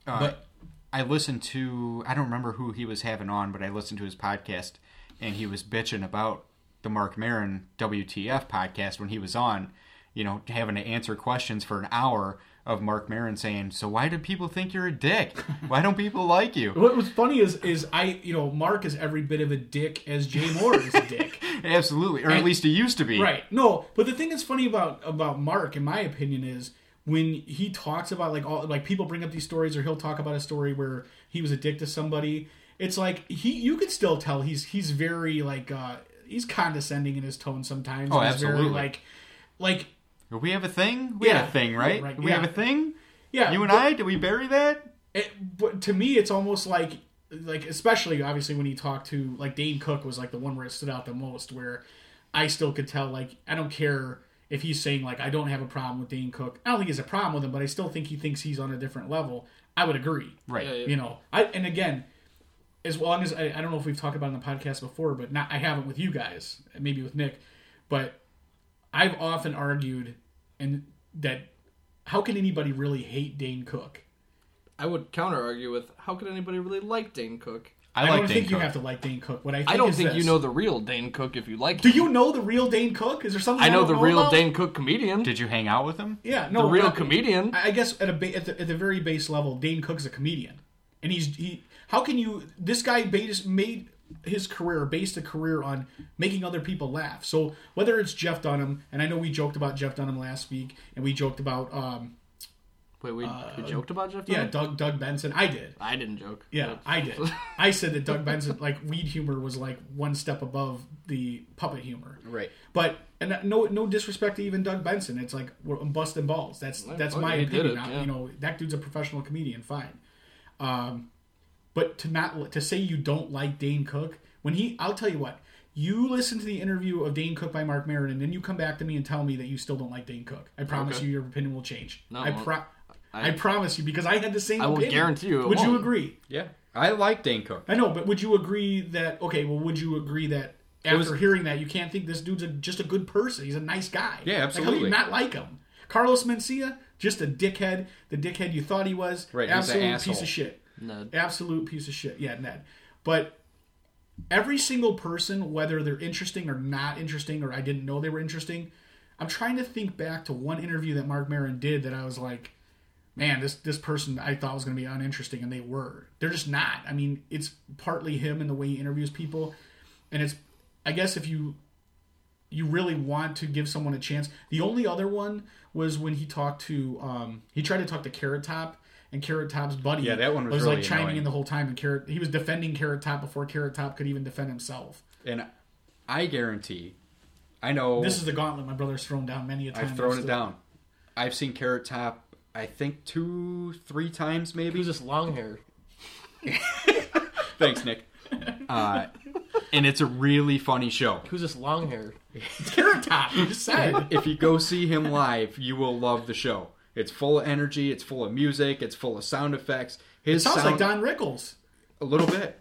Uh,
But-
I listened to I don't remember who he was having on, but I listened to his podcast and he was bitching about the Mark Marin WTF podcast when he was on, you know, having to answer questions for an hour of Mark Marin saying, "So why do people think you're a dick? Why don't people like you?"
What was funny is is I you know Mark is every bit of a dick as Jay Moore is a dick.
Absolutely, or at least he used to be.
Right. No, but the thing that's funny about about Mark, in my opinion, is when he talks about like all like people bring up these stories, or he'll talk about a story where he was a dick to somebody. It's like he you could still tell he's he's very like uh he's condescending in his tone sometimes.
Oh,
He's
absolutely.
Very, like like
We have a thing. We
Yeah.
have a thing, right?
Right,
We
yeah.
have a thing.
yeah,
You and
but-
I. Do we bury that?
it, but to me, it's almost like like especially obviously when he talked to like Dane Cook was like the one where it stood out the most. Where I still could tell like I don't care if he's saying like I don't have a problem with Dane Cook. I don't think he has a problem with him, but I still think he thinks he's on a different level. I would agree.
Right.
Yeah, yeah.
You know, I and again. As long as I, I don't know if we've talked about it on the podcast before, but not I haven't with you guys, maybe with Nick, but I've often argued and that how can anybody really hate Dane Cook?
I would counter argue with how could anybody really like Dane Cook?
I,
I,
like
don't
Dane
think you
Cook.
have to like Dane Cook. What I think
I don't
is
think
this.
you know the real Dane Cook if you like.
Do
him.
you know the real Dane Cook? Is there something
I know
don't
the real
about?
Dane Cook comedian,
Did you hang out with him?
Yeah, no,
the real
but
comedian.
I I guess at a ba- at the, at the very base level, Dane Cook's a comedian, and he's he. How can you? This guy based, made his career based a career on making other people laugh. So whether it's Jeff Dunham, and I know we joked about Jeff Dunham last week, and we joked about um
Wait, we, we joked about Jeff.
yeah
Dunham?
Doug Doug Benson. I did.
I didn't joke.
Yeah, I did. I said that Doug Benson, like weed humor, was like one step above the puppet humor.
Right.
But and that- no, no disrespect to even Doug Benson. It's like we're, I'm busting balls. That's that's
fuck
my
it, he did
opinion.
it,
I-
oh, yeah.
You know, that dude's a professional comedian. Fine. Um, but to not to say you don't like Dane Cook when he, I'll tell you what. You listen to the interview of Dane Cook by Mark Maron, and then you come back to me and tell me that you still don't like Dane Cook. I promise
Okay.
you, your opinion will change.
No,
I
it won't.
pro- I, promise you because I had the same.
I will
opinion.
guarantee you it
Would you
won't.
agree?
Yeah, I like Dane Cook.
I know, but would you agree that okay? Well, would you agree that after
was-
hearing that, you can't think this dude's a, just a good person? He's a nice guy.
Yeah,
Like, how do
absolutely.
you not like him? Carlos Mencia, just a dickhead. The dickhead you thought he was.
Right, he was an
Absolute
asshole.
piece of shit.
Ned.
Absolute piece of shit. Yeah, Ned. But every single person, whether they're interesting or not interesting, or I didn't know they were interesting, I'm trying to think back to one interview that Mark Maron did that I was like, man, this this person I thought was going to be uninteresting, and they were. They're just not. I mean, it's partly him and the way he interviews people, and it's. I guess if you you really want to give someone a chance. The only other one was when he talked to um he tried to talk to Carrot Top and Carrot Top's buddy
Yeah, that one was
like
really
chiming
annoying.
in the whole time and Carrot he was defending Carrot Top before Carrot Top could even defend himself.
And I guarantee, I know
This is the gauntlet my brother's thrown down many a time.
I've thrown
It's
it
the-
down. I've seen Carrot Top, I think two, three times maybe.
Who's this long hair?
Thanks, Nick. Uh, and it's a really funny show.
Who's this long hair?
Carrot Top. You just said.
if you go see him live, you will love the show. It's full of energy. It's full of music. It's full of sound effects. His
Sounds
sound,
like Don Rickles.
a little bit.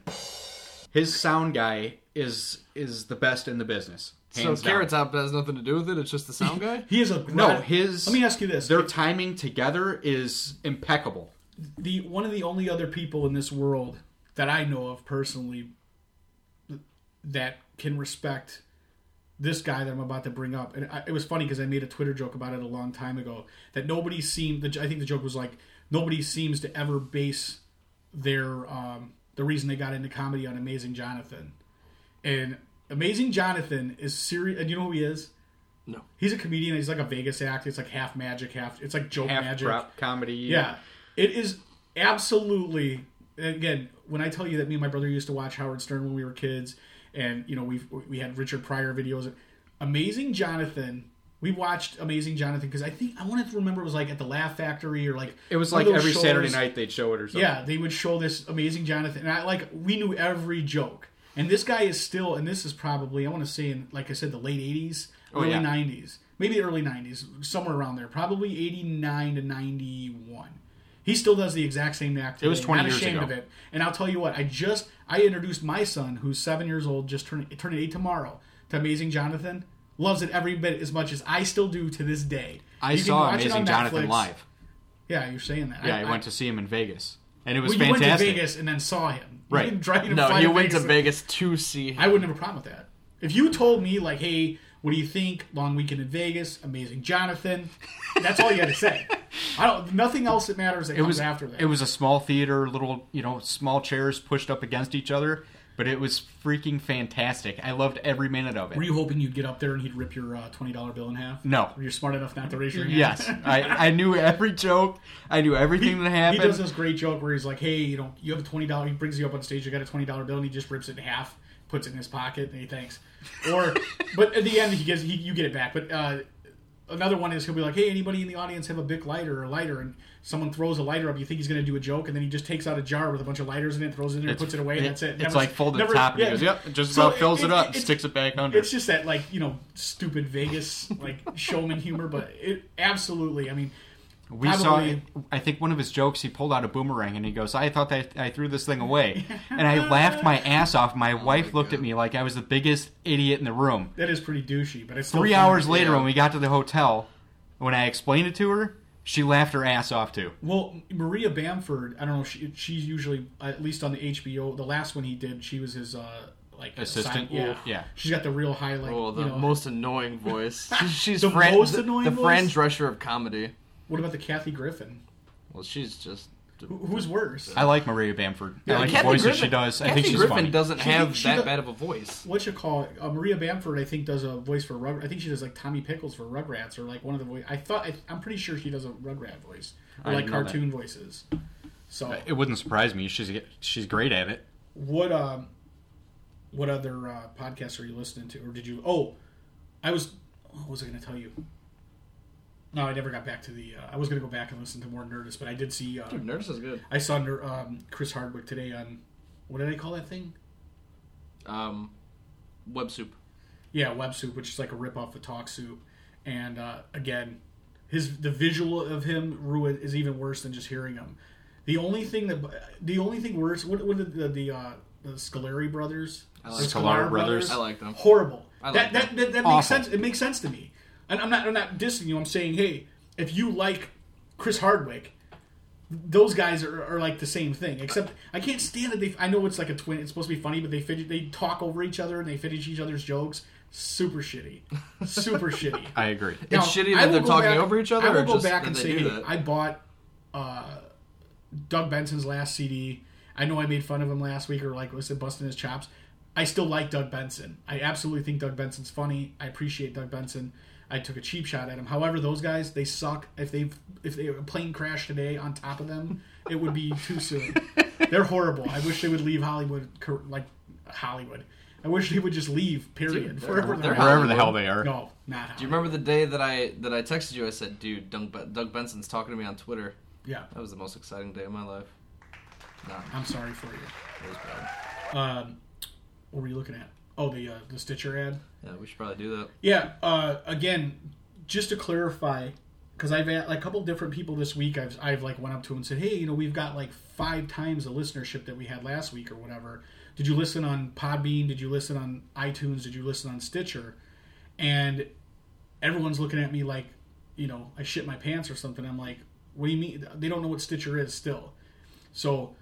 His sound guy is is the best in the business.
So
Hands down.
Carrot Top has nothing to do with it. It's just the sound guy.
He is a
No, his.
Let me ask you this:
Their timing together is impeccable.
the one of the only other people in this world that I know of personally that can respect this guy that I'm about to bring up, and I, it was funny because I made a Twitter joke about it a long time ago that nobody seemed. The, I think the joke was like nobody seems to ever base their um, the reason they got into comedy on Amazing Jonathan, and Amazing Jonathan is serious. And you know who he is?
No.
He's a comedian. He's like a Vegas act. It's like half magic, half it's like joke
Half
magic.
prop comedy.
Yeah, it is absolutely. and Again, when I tell you that me and my brother used to watch Howard Stern when we were kids, and you know we we had Richard Pryor videos, Amazing Jonathan. We watched Amazing Jonathan because I think I wanted to remember it was like at the Laugh Factory or like
It was
one
like
of those
every
shows.
Saturday night they'd show it or something.
Yeah, they would show this Amazing Jonathan, and I like we knew every joke. And this guy is still, and this is probably I want to say in like I said the late '80s, early
Oh, yeah.
'90s, maybe the early '90s, somewhere around there, probably '89 to '91. He still does the exact same act. It
was 20
not
years
ashamed
ago.
of it. And I'll tell you what, I just I introduced my son, who's seven years old, just turning turning eight tomorrow, to Amazing Jonathan. Loves it every bit as much as I still do to this day.
I
You can
saw
watch it on
Amazing Jonathan
Netflix.
live.
Yeah, you're saying that.
Yeah, I, went to see him in Vegas, and it was
Well, you
fantastic.
went to Vegas and then saw him. You
Right.
didn't drive to
No,
fly
you went to Vegas to see.
I wouldn't have a problem with that. If you told me, like, hey, what do you think? Long weekend in Vegas, amazing Jonathan. That's all you had to say. I don't. Nothing else that matters that
It
comes
was
after that.
It was a small theater, little you know, small chairs pushed up against each other, but it was freaking fantastic. I loved every minute of it.
Were you hoping you'd get up there and he'd rip your uh, twenty dollar bill in half?
No.
You're smart enough not to raise your hand.
Yes, I, I knew every joke. I knew everything that
He
happened.
does this great joke where he's like, "Hey, you know, you have a twenty dollar." He brings you up on stage. You got a twenty dollar bill, and he just rips it in half, puts it in his pocket, and he thanks. Or, but at the end, he gives he, you get it back. But uh, another one is he'll be like, "Hey, anybody in the audience have a big lighter or a lighter?" And someone throws a lighter up. You think he's going to do a joke, and then he just takes out a jar with a bunch of lighters in it, throws it in there, puts it away, and that's it.
It's
Never-
like folded
never-
top. And
yeah.
he goes, "Yep," just
So
about fills it, up, and
it's-
sticks it back under.
it's just that like you know stupid Vegas like showman humor, but it absolutely. I mean,
We saw. it- I think one of his jokes. He pulled out a boomerang and he goes, "I thought that I threw this thing away," and I laughed my ass off. Oh My wife looked at me like I was the biggest idiot in the room.
that is pretty douchey, but it's still
Three
funny.
hours later,
Yeah.
when we got to the hotel, when I explained it to her, she laughed her ass off too.
Well, Maria Bamford, I don't know. She, she's usually at least on the HBO. The last one he did, she was his uh, like
Assistant?
assi- yeah.
Yeah.
she's got the real high like.
Oh, the
you know,
most annoying voice. She's, she's
The
Fran,
most
the,
annoying
the
voice?
Fran Drescher of comedy.
What about the Kathy Griffin?
Well, she's just.
Who- Who's worse?
I like Maria Bamford. I like the
Kathy
voices
Griffin-
she does. I
Kathy
think she's
Griffin
funny.
doesn't
She-
have
she
that
does-
bad of a voice.
What you call it? Uh, Maria Bamford? I think does a voice for Rug. I think she does like Tommy Pickles for Rugrats or like one of the voice. I thought I, I'm pretty sure she does a Rugrat voice or
I
like
didn't know that.
cartoon voices. So
It wouldn't surprise me. She's she's great at it.
What um, what other uh, podcasts are you listening to, or did you? Oh, I was. What was I going to tell you? No, I never got back to the. Uh, I was going to go back and listen to more Nerdist, but I did see. Uh,
Nurse is good.
I saw Ner- um, Chris Hardwick today on. What did I call that thing?
Um, Web Soup.
Yeah, Web Soup, which is like a rip off of Talk Soup, and uh, again, his the visual of him ruin is even worse than just hearing him. The only thing that the only thing worse. What, what did the the, uh, the Scolari brothers?
I like
The
Scolari brothers.
I like them.
horrible.
I
that,
like
that, that that
Awful.
makes sense. It makes sense to me. And I'm not I'm not dissing you. I'm saying, hey, if you like Chris Hardwick, those guys are, are like the same thing. Except I can't stand that they. I know it's like a twin. It's supposed to be funny, but they fidget, they talk over each other and they finish each other's jokes. Super shitty. Super shitty.
I agree.
Now,
shitty
I
that
will
they're
go
talking
back-
over each other,
I will
or
go
just
back
that
and
they
say,
do
hey,
that?
I bought uh, Doug Benson's last CD. I know I made fun of him last week, or like was it busting his chops? I still like Doug Benson. I absolutely think Doug Benson's funny. I appreciate Doug Benson. I took a cheap shot at him. However, those guys, they suck. If they if they a plane crashed today on top of them, it would be too soon. They're horrible. I wish they would leave Hollywood, cor- like Hollywood. I wish they would just leave. Period.
Dude, they're-
Forever.
they're
Wherever the hell they are.
No, not.
Do you remember the day that I that I texted you? I said, "Dude, Doug, Ben- Doug Benson's talking to me on Twitter."
Yeah,
That was the most exciting day of my life. Nah,
I'm sorry for you.
it was bad.
Um, what were you looking at? Oh, the uh, the Stitcher ad.
Yeah, we should probably do that.
Yeah. Uh, again, just to clarify, because I've had like a couple different people this week. I've I've like went up to them and said, hey, you know, we've got like five times the listenership that we had last week or whatever. Did you listen on Podbean? Did you listen on iTunes? Did you listen on Stitcher? And everyone's looking at me like, you know, I shit my pants or something. I'm like, what do you mean? They don't know what Stitcher is still. So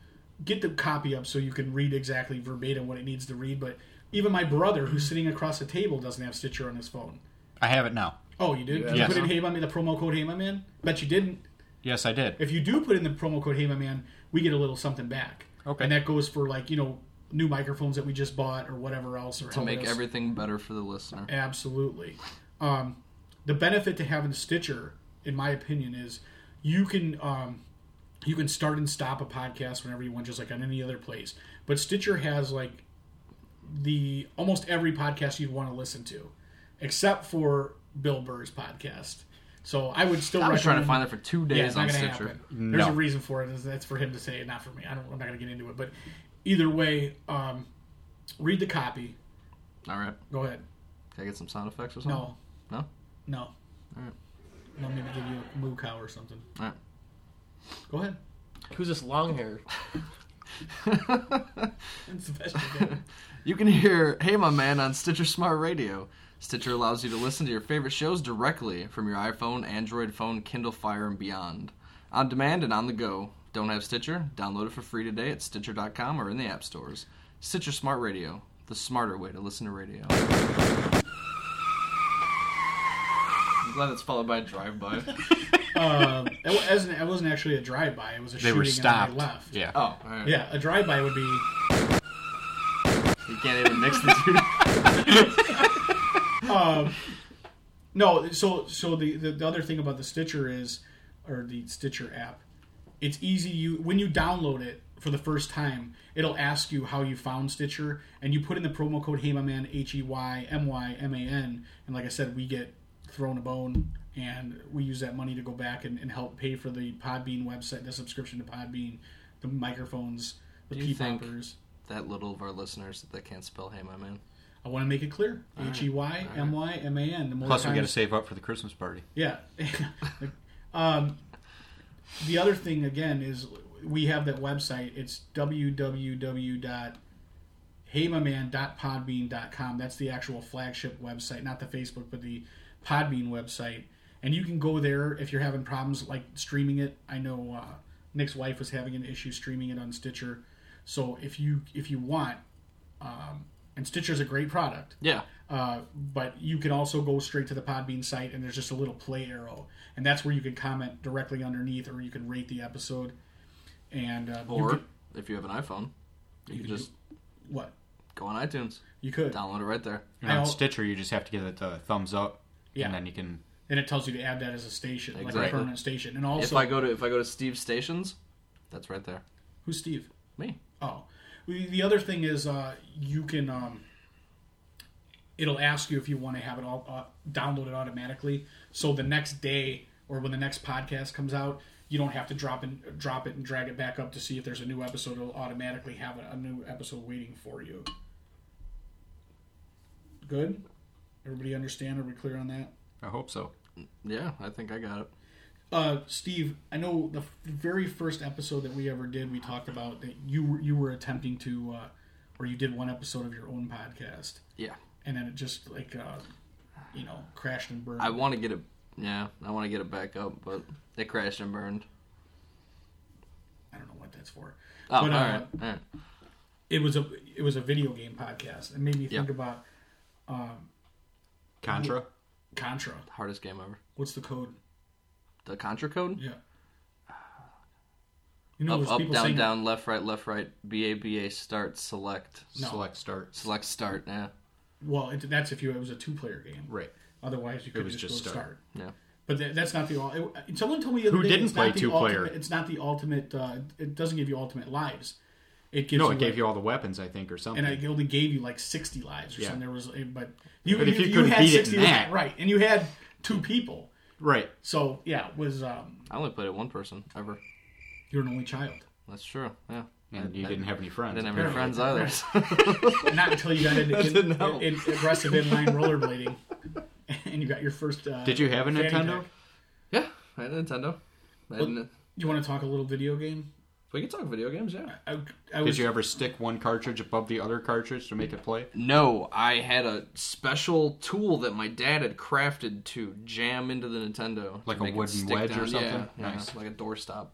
get the copy up so you can read exactly verbatim what it needs to read. But even my brother, who's sitting across the table, doesn't have Stitcher on his phone.
I have it now.
Oh, you did? Did
Yes.
you put in Hey My Man, the promo code Hey My Man? Bet you didn't.
Yes, I did.
If you do put in the promo code Hey My Man, we get a little something back.
Okay.
And that goes for like, you know, new microphones that we just bought or whatever else. Or
To make
everything.
everything better for the listener.
Absolutely. Um, the benefit to having Stitcher, in my opinion, is you can um, you can start and stop a podcast whenever you want, just like on any other place. But Stitcher has like the almost every podcast you'd want to listen to, except for Bill Burr's podcast. So I would still.
I was trying to
recommend-
find that for two days
yeah,
on
it's not gonna
Stitcher.
Happen. There's
No.
a reason for it. and That's for him to say it, not for me. I don't. I'm not going to get into it. But either way, um, read the copy.
All right.
Go ahead.
Can I get some sound effects or something?
No.
No?
No.
Alright.
Let me give you a moo cow or something.
Alright.
Go ahead.
Who's this long hair?
It's the best you can.
You can hear Hey My Man on Stitcher Smart Radio. Stitcher allows you to listen to your favorite shows directly from your iPhone, Android phone, Kindle Fire, and beyond. On demand and on the go. Don't have Stitcher? Download it for free today at Stitcher.com or in the app stores. Stitcher Smart Radio, the smarter way to listen to radio. I'm glad it's followed by a drive by.
Um, it, wa- as an- it wasn't actually a drive-by. It was a
They
shooting
were stopped.
and I left.
Yeah.
Oh, alright.
Yeah, a drive-by would be...
You can't even mix the two.
No, so so the, the, the other thing about the Stitcher is, or the Stitcher app, it's easy. You When you download it for the first time, it'll ask you how you found Stitcher, and you put in the promo code E HEYMAMAN, H-E-Y-M-Y-M-A-N, and like I said, we get thrown a bone, and we use that money to go back and, and help pay for the Podbean website, the subscription to Podbean, the microphones, the
Do you
pee
think-
poppers.
that little of our listeners that can't spell Hey My Man.
I want to make it clear. H E Y M Y M A N. The more
Plus, we got to
times-
save up for the Christmas party.
Yeah. um, the other thing, again, is we have that website. It's www.heymaman.podbean.com. That's the actual flagship website, not the Facebook, but the Podbean website. And you can go there if you're having problems like streaming it. I know uh, Nick's wife was having an issue streaming it on Stitcher. So if you if you want, um, and Stitcher's a great product.
Yeah.
Uh, but you can also go straight to the Podbean site, and there's just a little play arrow, and that's where you can comment directly underneath, or you can rate the episode. And uh, you
Or
could-
if you have an iPhone, you,
You
can
can
just
what
go on iTunes,
you could,
download it right there.
And on
I'll-
Stitcher, you just have to give it a thumbs up,
Yeah.
and then you can.
and it tells you to add that as a station, like
Exactly.
a permanent station. And
if
also,
I go to if I go to Steve's stations, that's right there.
who's Steve?
Me.
Oh, the the other thing is uh, you can. Um, it'll ask you if you want to have it all uh, downloaded automatically, so the next day or when the next podcast comes out, you don't have to drop and drop it and drag it back up to see if there's a new episode. It'll automatically have a, a new episode waiting for you. Good. Everybody understand? Are we clear on that?
I hope so.
Yeah, I think I got it.
Uh, Steve, I know the f- very first episode that we ever did, we talked about that you were, you were attempting to, uh, or you did one episode of your own podcast,
Yeah.
and then it just like, uh, you know, crashed and burned.
I want to get it. Yeah, I want to get it back up, but it crashed and burned.
I don't know what that's for. But,
Oh,
uh,
all right, all right.
It was a it was a video game podcast, and made me think
Yeah.
about
Contra.
Contra.
Hardest game ever.
What's the code?
The Contra code.
Yeah. You know,
up,
there's
up,
people
down,
saying
down, left, right, left, right. B A B A. Start, select,
No.
Select start.
select, start. Yeah.
Well, it, that's if you it was a two player game.
Right.
Otherwise, you could
was
just,
just
go
start.
start.
Yeah.
But that, that's not the all. It, someone told me the other
Who
day,
didn't
it's
play
not the
two
ultimate-
player?
It's not the ultimate. Uh, it doesn't give you ultimate lives. It gives
No,
you
it gave
like-
you all the weapons, I think, or something.
and it only gave you like sixty lives or
Yeah.
something. There was, but you,
But if you couldn't
had
beat it in
60 lives,
that-
right? And you had two people,
right.
so yeah, it was um,
I only played it one person ever.
you're an only child.
That's true. Yeah.
and you didn't have any friends.
didn't have any friends either. so-
Not until you got into in,
didn't help.
in- aggressive inline rollerblading, and you got your first. Uh,
Did you have a
fanny
Nintendo?
pack.
yeah, I had a Nintendo. I had a-
You want to talk a little video game?
we could talk video games, yeah.
I, I was
Did you ever stick one cartridge above the other cartridge to make it play?
No, I had a special tool that my dad had crafted to jam into the Nintendo, to
Like a
make it
wooden
stick
wedge or
down. Yeah,
something?
yeah,
Nice.
like a doorstop.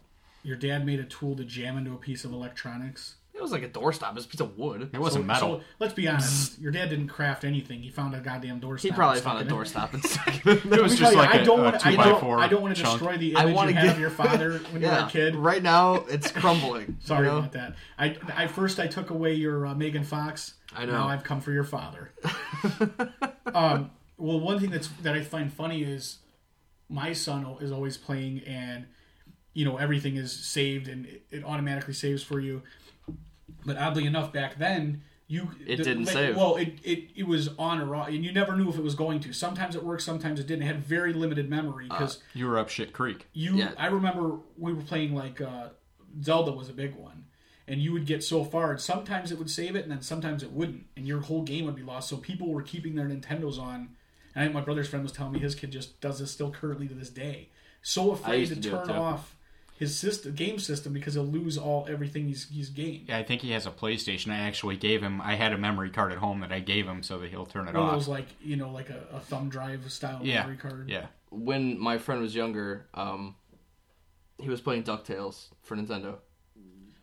your dad made a tool to jam into a piece of electronics.
It was like a doorstop. It was a piece of wood.
It wasn't metal.
So let's be honest, your dad didn't craft anything. He found a goddamn doorstop.
He probably
and stuck
found a
it in.
doorstop and stuck it. in.
it was
Let me
just
tell you,
like
I don't
a,
want
a
to.
two
I
by
don't,
four.
I don't want to
chunk.
destroy the
I
image you
wanna
had
get-
of your father when you were
yeah,
a kid.
right now it's crumbling.
Sorry
you know?
about that. I, I first I took away your uh, Megan Fox.
I know.
Now I've come for your father. um, well, one thing that's that I find funny is my son is always playing, and you know everything is saved and it, it automatically saves for you. But oddly enough, back then you
It didn't
like,
save.
Well, it, it it was on or off, and you never knew if it was going to. Sometimes it worked, sometimes it didn't. It had very limited memory
Uh,
because
You were up shit creek.
you
Yeah.
i remember we were playing like uh, zelda was a big one and you would get so far and sometimes it would save it and then sometimes it wouldn't and your whole game would be lost so people were keeping their nintendos on and I, think my brother's friend was telling me his kid just does this still currently to this day so afraid
used
to,
to do it
turn
too.
off his system game system because he'll lose all everything he's he's gained
Yeah, I think he has a PlayStation. I actually gave him. I had a memory card at home that I gave him so that he'll turn it
one
Ah.
of
off.
those like you know like a, a thumb drive style
yeah,
memory card
yeah.
When my friend was younger, um, he was playing Ducktales for Nintendo.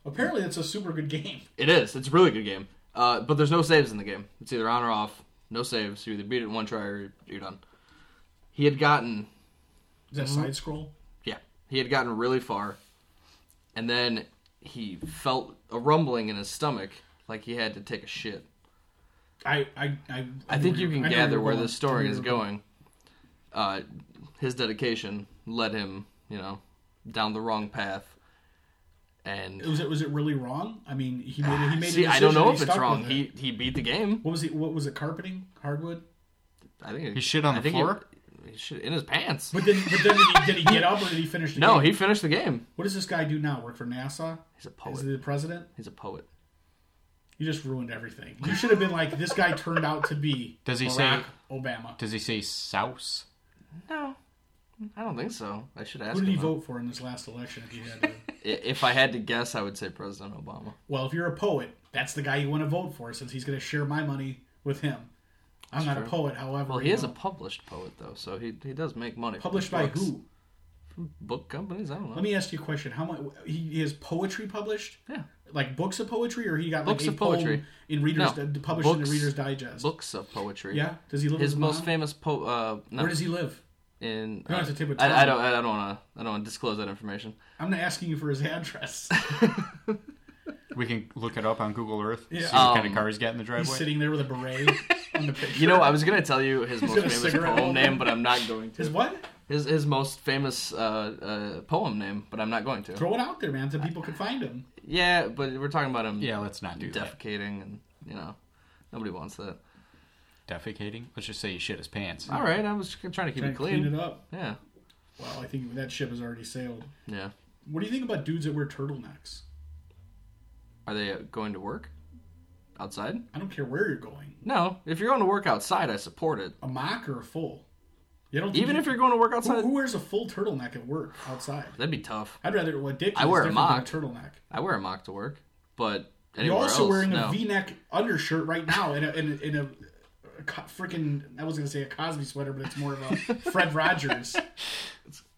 apparently it's a super good game
It is. It's a really good game. Uh, but there's no saves in the game. It's either on or off. No saves. You either beat it in one try or you're done. He had gotten
is that
Mm-hmm.
side scroll
yeah, he had gotten really far, and then he felt a rumbling in his stomach, like he had to take a shit.
I, I, I,
I think you can
I know
gather
you're
where
going-
this story is
you're
going. Uh, his dedication led him, you know, down the wrong path, and
was it was it really wrong? I mean, he made it, he made.
see,
a
I don't
decision
know
and
if
he
it's
stuck
wrong.
with it.
He he beat the game.
what was it? What was it? Carpeting, hardwood.
I think
He shit on the
I think
floor?
He, he shit in his pants.
But then, but then did, he, did he get up or did he finish? The
No,
game?
he finished the game.
What does this guy do now? Work for NASA?
He's a
Is
poet.
he the president?
He's a poet.
You just ruined everything. You should have been like, this guy turned out to be
Does he
Barack
say-
Obama?
Does he say souse?
No, I don't think so. I should ask
Who did he
him. that.
vote for in this last election? If you had to?
I- If I had to guess, I would say President Obama.
well, if you're a poet, that's the guy you want to vote for since he's going to share my money with him. I'm not a poet, however.
Well, he
you
is a
know.
published poet, though, so he he does make money. from
published by
books.
who?
Book companies? I don't know.
Let me ask you a question. How much he has poetry published?
yeah,
like books of poetry, or he got like
Books
a
of poetry.
poem in readers
No,
di- published in the
books-
Reader's Digest.
books of poetry.
Yeah, does he live
His
with
most
mom?
famous po uh no,
Where does he live?
in
don't
uh,
have to tip it
I, I
down.
don't I don't want to I don't want to disclose that information.
I'm not asking you for his address.
We can look it up on Google Earth.
Yeah.
See what kind
Um,
of cars got in the
He's
driveway.
sitting there with a beret on the picture.
You know, I was gonna tell you his most
got a
famous
cigarette
poem
holder.
name, but I'm not going
his
to.
what?
His his most famous uh, uh poem name, but I'm not going to.
Throw it out there, man, so people can find him.
Yeah, but we're talking about him.
yeah, let's not do
defecating and you know nobody wants that
that. Defecating. Let's just say he shit his pants.
all right i was just trying to keep
Trying
it
to
clean
clean it up.
yeah
Well, I think that ship has already sailed.
yeah
What do you think about dudes that wear turtlenecks?
are they uh, going to work outside
I don't care where you're going,
no if you're going to work outside i support it
a mock or a full. You don't think
even
you-
if you're going to work
who,
outside
who wears a full turtleneck at work outside?
that'd be tough
I'd rather well, dick.
I wear a
is different
mock.
than a turtleneck.
i wear a mock to work but
You're
anywhere
also
else
wearing
no
a V-neck undershirt right now in a in a, in a, a co- freaking I was gonna say a Cosby sweater, but it's more of a Fred Rogers. It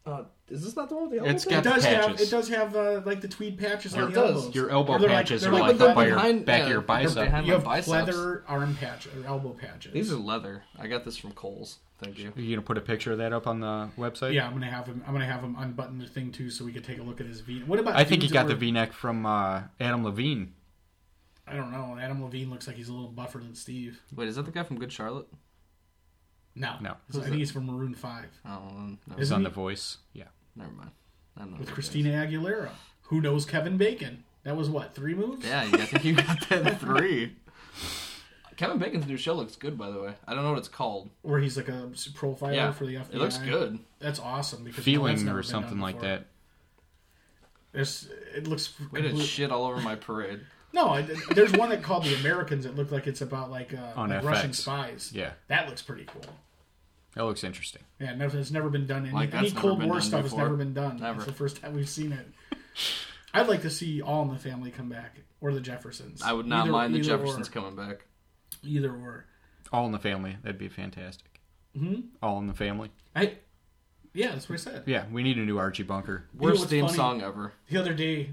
uh, is this not the one with the
It's got
does have
patches.
it does have uh, like the tweed patches on
It
the
does.
elbows.
Your elbow
Or they're
patches
they're
are like
leather-
up by your-
behind-
back of
yeah,
your
they're
bicep.
behind
you
my
have
biceps.
leather arm patch or elbow patches.
these are leather i got this from cole's thank you
Are you gonna put a picture of that up on the website?
yeah, I'm gonna have him. I'm gonna have him unbutton the thing too, so we could take a look at his V. What about?
I think he
dudes
got the
that wear-
V-neck from uh, Adam Levine.
I don't know. Adam Levine looks like he's a little buffer than Steve.
wait is that the guy from good charlotte
No,
No.
I think he's from Maroon Five
oh no,
Is-
He's on
he?
The Voice. Yeah.
never mind I'm not
with
okay.
Christina Aguilera. Who knows Kevin Bacon? That was what three moves.
Yeah, you got, you got that three. Kevin Bacon's new show looks good, by the way. I don't know what it's called.
where he's like a s- profiler
Yeah,
for the FBI.
it looks good.
That's awesome because that's
Feeling
never
or
been done
something like
before.
that.
It's, it looks.
Way to shit all over my parade.
No, I, there's one that called the Americans. that looked like it's about like, uh,
On
like
FX.
Russian spies.
Yeah.
that looks pretty cool.
That looks interesting.
Yeah, never, it's never been done. Any,
Like,
any
that's never
Cold
been
War
done
stuff
before.
has never been done.
Never.
It's the first time we've seen it. I'd like to see All in the Family come back, or the Jeffersons.
I would not
Either-
mind the
either
Jeffersons
Or,
coming back.
either or.
All in the Family. That'd be fantastic.
Mhm.
All in the Family.
I, yeah, that's what I said.
Yeah, we need a new Archie Bunker.
Worst
what's
theme
funny?
song ever.
The other day,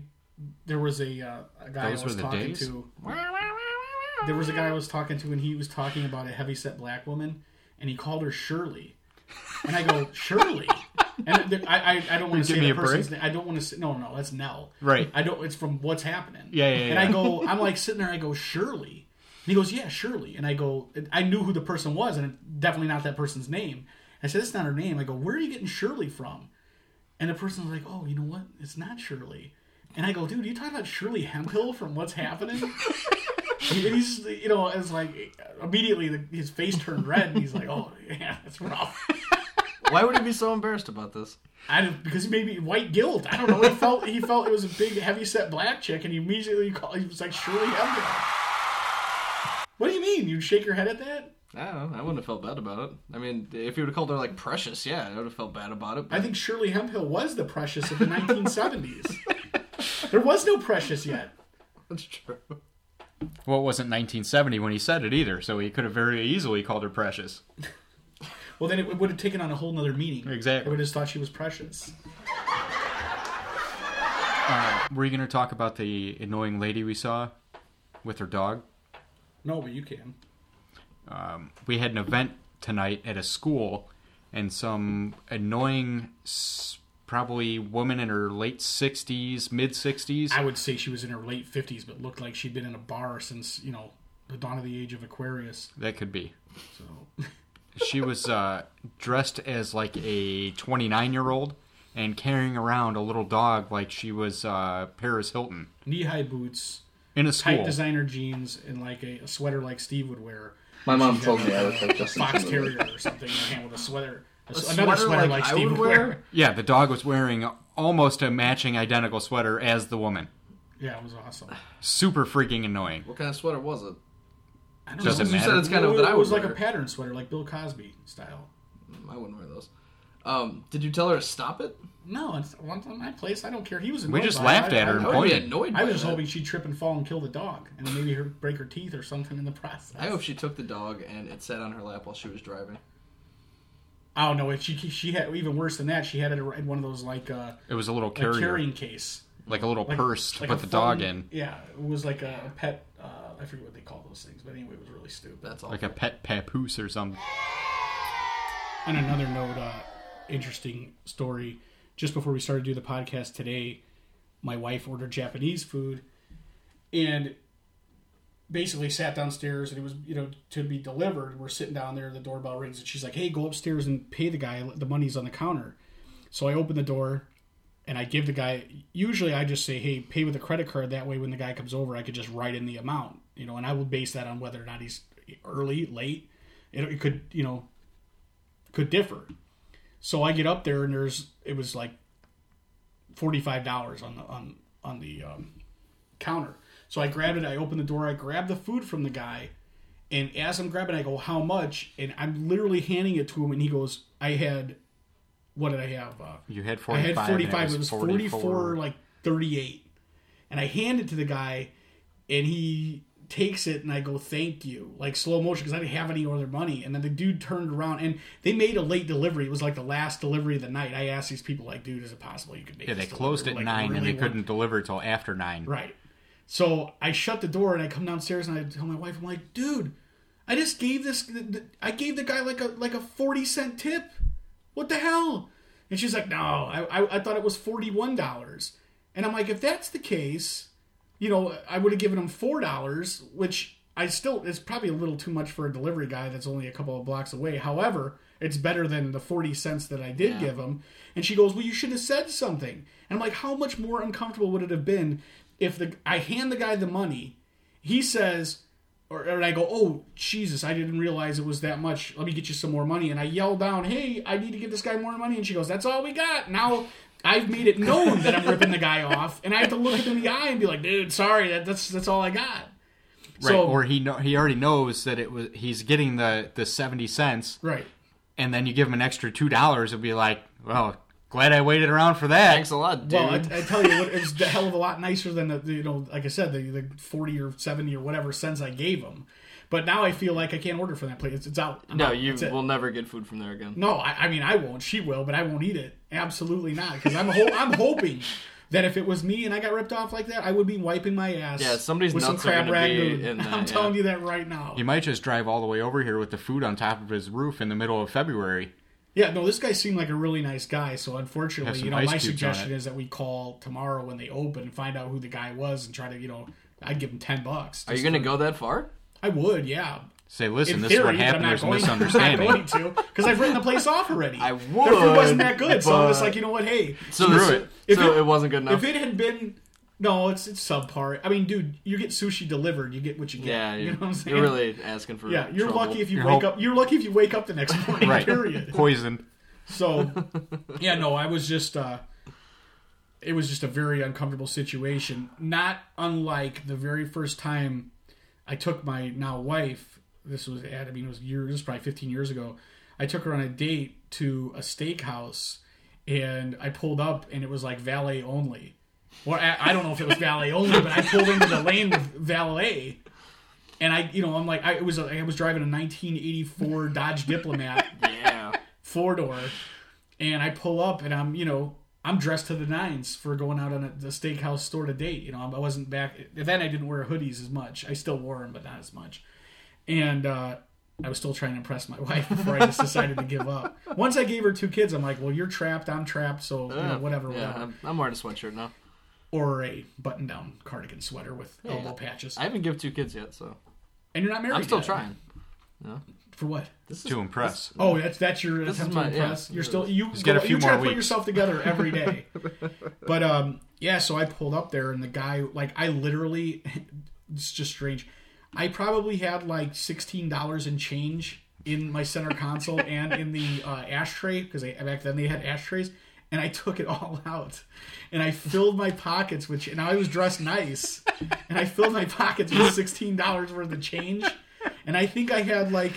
there was a, uh, a guy I
Those were
was
the
talking
days?
to. There was a guy I was talking to, and he was talking about a heavyset black woman, and he called her Shirley. And I go, Shirley. And th- I, I, I don't want to say
me
the
a break?
person's name. I don't want to say, no, no, that's Nell.
Right.
I don't, it's from What's Happening.
Yeah, yeah,
And
yeah.
I go, I'm like sitting there, I go, Shirley. And he goes, yeah, Shirley. And I go, and I knew who the person was, and it- definitely not that person's name. I said, it's not her name. I go, where are you getting Shirley from? And the person's like, oh, you know what? It's not Shirley. And I go, dude, you talking about Shirley Hempill from What's Happening? And he's you know it's like immediately the, his face turned red and he's like oh yeah that's rough
Why would he be so embarrassed about this?
I don't, because he made me white guilt I don't know he felt he felt it was a big heavy set black chick and he immediately called he was like Shirley Hempill what do you mean you shake your head at that
I don't know. I wouldn't have felt bad about it. I mean, if you would have called her like Precious, yeah, I would have felt bad about it.
I
But
think Shirley Hempill was the precious of the 1970s there was no precious yet
that's true.
Well, it wasn't 1970 when he said it either, so he could have very easily called her precious.
well then it would have taken on a whole nother meaning
Exactly.
I would have just thought she was precious
Were you going to talk about the annoying lady we saw with her dog?
no but you can
We had an event tonight at a school, and some annoying, s- probably woman in her late 60s, mid 60s.
I would say she was in her late fifties, but looked like she'd been in a bar since you know the dawn of the age of Aquarius.
That could be.
So
She was uh, dressed as like a 29 year old and carrying around a little dog like she was uh, Paris Hilton
knee high boots,
in a
tight
school.
designer jeans, and like a, a sweater like Steve would wear.
My mom told me I looked like Justin
Fox
Timberlake.
terrier or something in her hand with a sweater. A s- another sweater, like, Steve would wear.
Yeah, the dog was wearing almost a matching identical sweater as the woman.
Yeah, it was awesome.
Super freaking annoying.
What kind of sweater was it?
I don't
Doesn't
know.
You
matter.
said it's kind of
it,
that I
was
would
like
wear.
a pattern sweater, like Bill Cosby style.
I wouldn't wear those. Um, did you tell her to stop it?
No, it's one on my place. I don't care. He was.
We just laughed at her.
I would be
Pointed.
annoyed.
I,
by
was just
that.
hoping she'd trip and fall and kill the dog, and then maybe her break her teeth or something in the process.
I hope she took the dog and it sat on her lap while she was driving.
I don't know if she she had even worse than that. She had it in one of those like uh,
It was a little
like
carrier,
carrying case,
like a little
like,
purse to
like
put
a
the
fun-
dog in,
Yeah, it was like a, a pet. Uh, I forget what they call those things, but anyway, it was really stupid.
That's all.
like a pet papoose or something.
On another note, uh, interesting story. Just before we started to do the podcast today, my wife ordered Japanese food, and basically sat downstairs and it was you know to be delivered we're sitting down there the doorbell rings and she's like hey go upstairs and pay the guy the money's on the counter so i open the door and i give the guy usually i just say hey pay with a credit card that way when the guy comes over i could just write in the amount you know and i will base that on whether or not he's early late it, it could you know could differ so i get up there and there's it was like $45 on the on on the um, counter. So I grabbed it. I opened the door. I grabbed the food from the guy, and as I'm grabbing, I go, "How much?" And I'm literally handing it to him, and he goes, "I had, what did I have? Uh,
You had
I had 45.
forty-five. and
It was 44,
44.
like 38." And I hand it to the guy, and he takes it, and I go, "Thank you," like slow motion because I didn't have any other money. And then the dude turned around, and they made a late delivery. It was like the last delivery of the night. I asked these people, like, "Dude, is it possible you could make?"
Yeah, they
this
closed at
delivery? Like,
nine and
really
they
want-
couldn't deliver till after nine.
Right. So I shut the door and I come downstairs and I tell my wife, I'm like, dude, I just gave this, th- th- I gave the guy like a like a forty cent tip. What the hell? And she's like, no, I I, I thought it was forty one dollars. And I'm like, if that's the case, you know, I would have given him four dollars, which I still it's probably a little too much for a delivery guy that's only a couple of blocks away. However, it's better than the forty cents that I did give him. And she goes, "Well, you should have said something." And I'm like, "How much more uncomfortable would it have been if the I hand the guy the money, he says." Or, or I go, oh Jesus! I didn't realize it was that much. Let me get you some more money. And I yell down, "Hey, I need to give this guy more money." And she goes, "That's all we got." Now I've made it known that I'm ripping the guy off, and I have to look him in the eye and be like, dude, sorry, that, that's that's all I got.
Right. or he know, he already knows that it was he's getting the the 70 cents
right.
and then you give him an extra $2 it'll be like, well, glad I waited around for that.
Thanks a lot, dude.
Well, I, I tell you, what, it was a hell of a lot nicer than the, the, you know, like I said, the, the forty or seventy or whatever cents I gave him. But now I feel like I can't order from that place. It's, it's out. I'm
no,
out.
you
That's it.
will never get food from there again.
No, I, I mean I won't. She will, but I won't eat it. Absolutely not. Because I'm ho- I'm hoping that if it was me and I got ripped off like that, I would be wiping my ass.
Yeah, somebody's
with
nuts are
some crab
gonna be
ragoon.
in that,
I'm
yeah.
telling you that right now.
He might just drive all the way over here with the food on top of his roof in the middle of February.
Yeah, no, this guy seemed like a really nice guy. So unfortunately,
some
you know,
ice
my
cubes on
suggestion
it.
is that we call tomorrow when they open and find out who the guy was and try to, you know, I'd give him ten bucks.
Are you
Just-
gonna go that far?
I would, yeah.
Say, listen,
In
this
theory,
is what
but
happened.
I'm
There's a
not going,
misunderstanding.
I'm not going to because I've written the place off already.
I
Their food wasn't
would,
that good, so I'm just
but-
like, you know what? Hey,
So
Screw
this-
it.
If
So
it-
it, wasn't good enough.
if it had been no, it's it's subpar. I mean, dude, you get sushi delivered, you get what you get.
yeah,
you
you
know what I'm saying.
are really asking for.
yeah, you're
trouble.
lucky if you
You're
wake
hope-
up. You're lucky if you wake up the next morning.
Right.
Period.
Poisoned.
So, yeah, no, I was just, uh, it was just a very uncomfortable situation. Not unlike the very first time I took my now wife, this was at, I mean, it was years, this was probably 15 years ago. I took her on a date to a steakhouse and I pulled up and it was like valet only. Well, I, I don't know if it was valet only, but I pulled into the lane with valet. And I, you know, I'm like, I it was, a, I was driving a 1984 Dodge Diplomat
Yeah.
four door, and I pull up and I'm you know I'm dressed to the nines for going out on a, the steakhouse store to date. You know I wasn't back then. I didn't wear hoodies as much. I still wore them, but not as much. And uh, I was still trying to impress my wife before I just decided to give up. Once I gave her two kids, I'm like, well, you're trapped. I'm trapped. So you know, whatever,
Yeah,
whatever.
I'm, I'm wearing a sweatshirt now.
Or a button down cardigan sweater with elbow patches.
I haven't given two kids yet, so
and you're not married.
I'm still
yet.
trying.
For what?
This is
To impress.
Oh, that's that's your
This
attempt
is my-
to impress.
yeah.
You're still you
get a
go-
few
you try
more
to put
weeks.
yourself together every day. but um, yeah, so I pulled up there and the guy like I literally, it's just strange. I probably had like sixteen dollars in change in my center console and in the uh, ashtray because back then they had ashtrays. And I took it all out, and I filled my pockets with. And I was dressed nice, and I filled my pockets with sixteen dollars worth of change, and I think I had like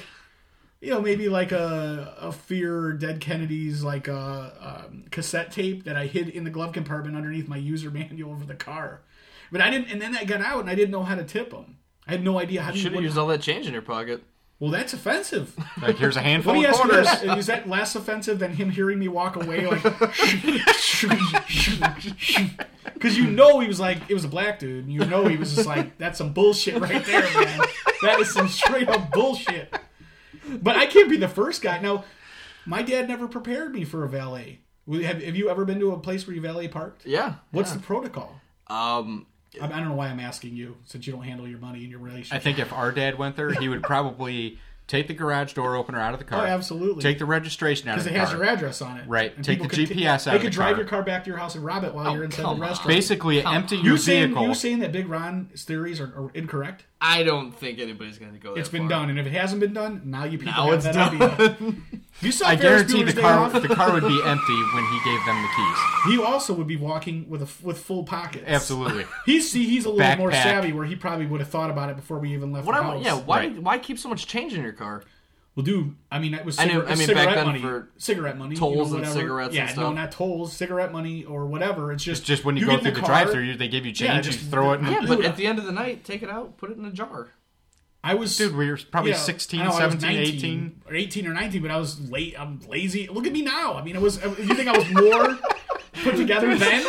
you know, maybe like a a fear dead Kennedy's like a um, cassette tape that I hid in the glove compartment underneath my user manual over the car. But I didn't, and then I got out and I didn't know how to tip them. I had no idea how to.
Should have used all that change in your pocket.
well, that's offensive.
Like, here's a
Let
handful
me
of
ask you
quarters.
this: Is that less offensive than him hearing me walk away like? Because you know he was like, it was a black dude, and you know he was just like, that's some bullshit right there, man. That is some straight up bullshit. But I can't be the first guy. Now, my dad never prepared me for a valet. Have, have you ever been to a place where you valet parked?
Yeah.
What's the protocol?
Um.
I, I don't know why I'm asking you, since you don't handle your money in your
I
relationship.
think if our dad went there, he would probably take the garage door opener out of the car.
Oh, absolutely.
Take the registration out of
because
the
it
car.
has your address on it.
Right.
And
Take
people
the
could-
GPS out
They
of the
could drive
car. Oh,
your car back to your house and rob it while you're inside the
come on.
restaurant.
Basically, empty your
you saying
vehicle.
you saying that Big Ron's theories are, are incorrect?
I don't think anybody's gonna go.
It's been done, and if it hasn't been done, now you people
Now
have
it's
that
done.
idea. You saw
I
Ferris
guarantee the
Bueller's Day
car
Off.
the car would be empty when he gave them the keys.
He also would be walking with a f- with full pockets.
Absolutely.
He's see, he's a little more
Backpack.
savvy, where he probably would have thought about it before we even left
What
the
I want,
house.
yeah. Why?
Right.
Why keep so much change in your car?
Well, dude, I mean, that was
I knew-
cigarette,
I mean, back
cigarette
then
money,
for
cigarette money, you
tolls
know,
and
whatever.
cigarettes
Yeah,
and
no,
stuff.
not tolls, cigarette money or whatever. It's just
Just when you,
get
go
in
through the,
car,
drive-through, they give you change.
Yeah,
you
just-
throw it. In,
Yeah,
the-
but at the end of the night, take it out, put it in a jar.
I was
Dude, we were probably
Yeah, I
16,
know, I was
17, 18.
or 18 or 19, but I was late. I'm lazy. Look at me now. I mean, it was. You think I was more put together then?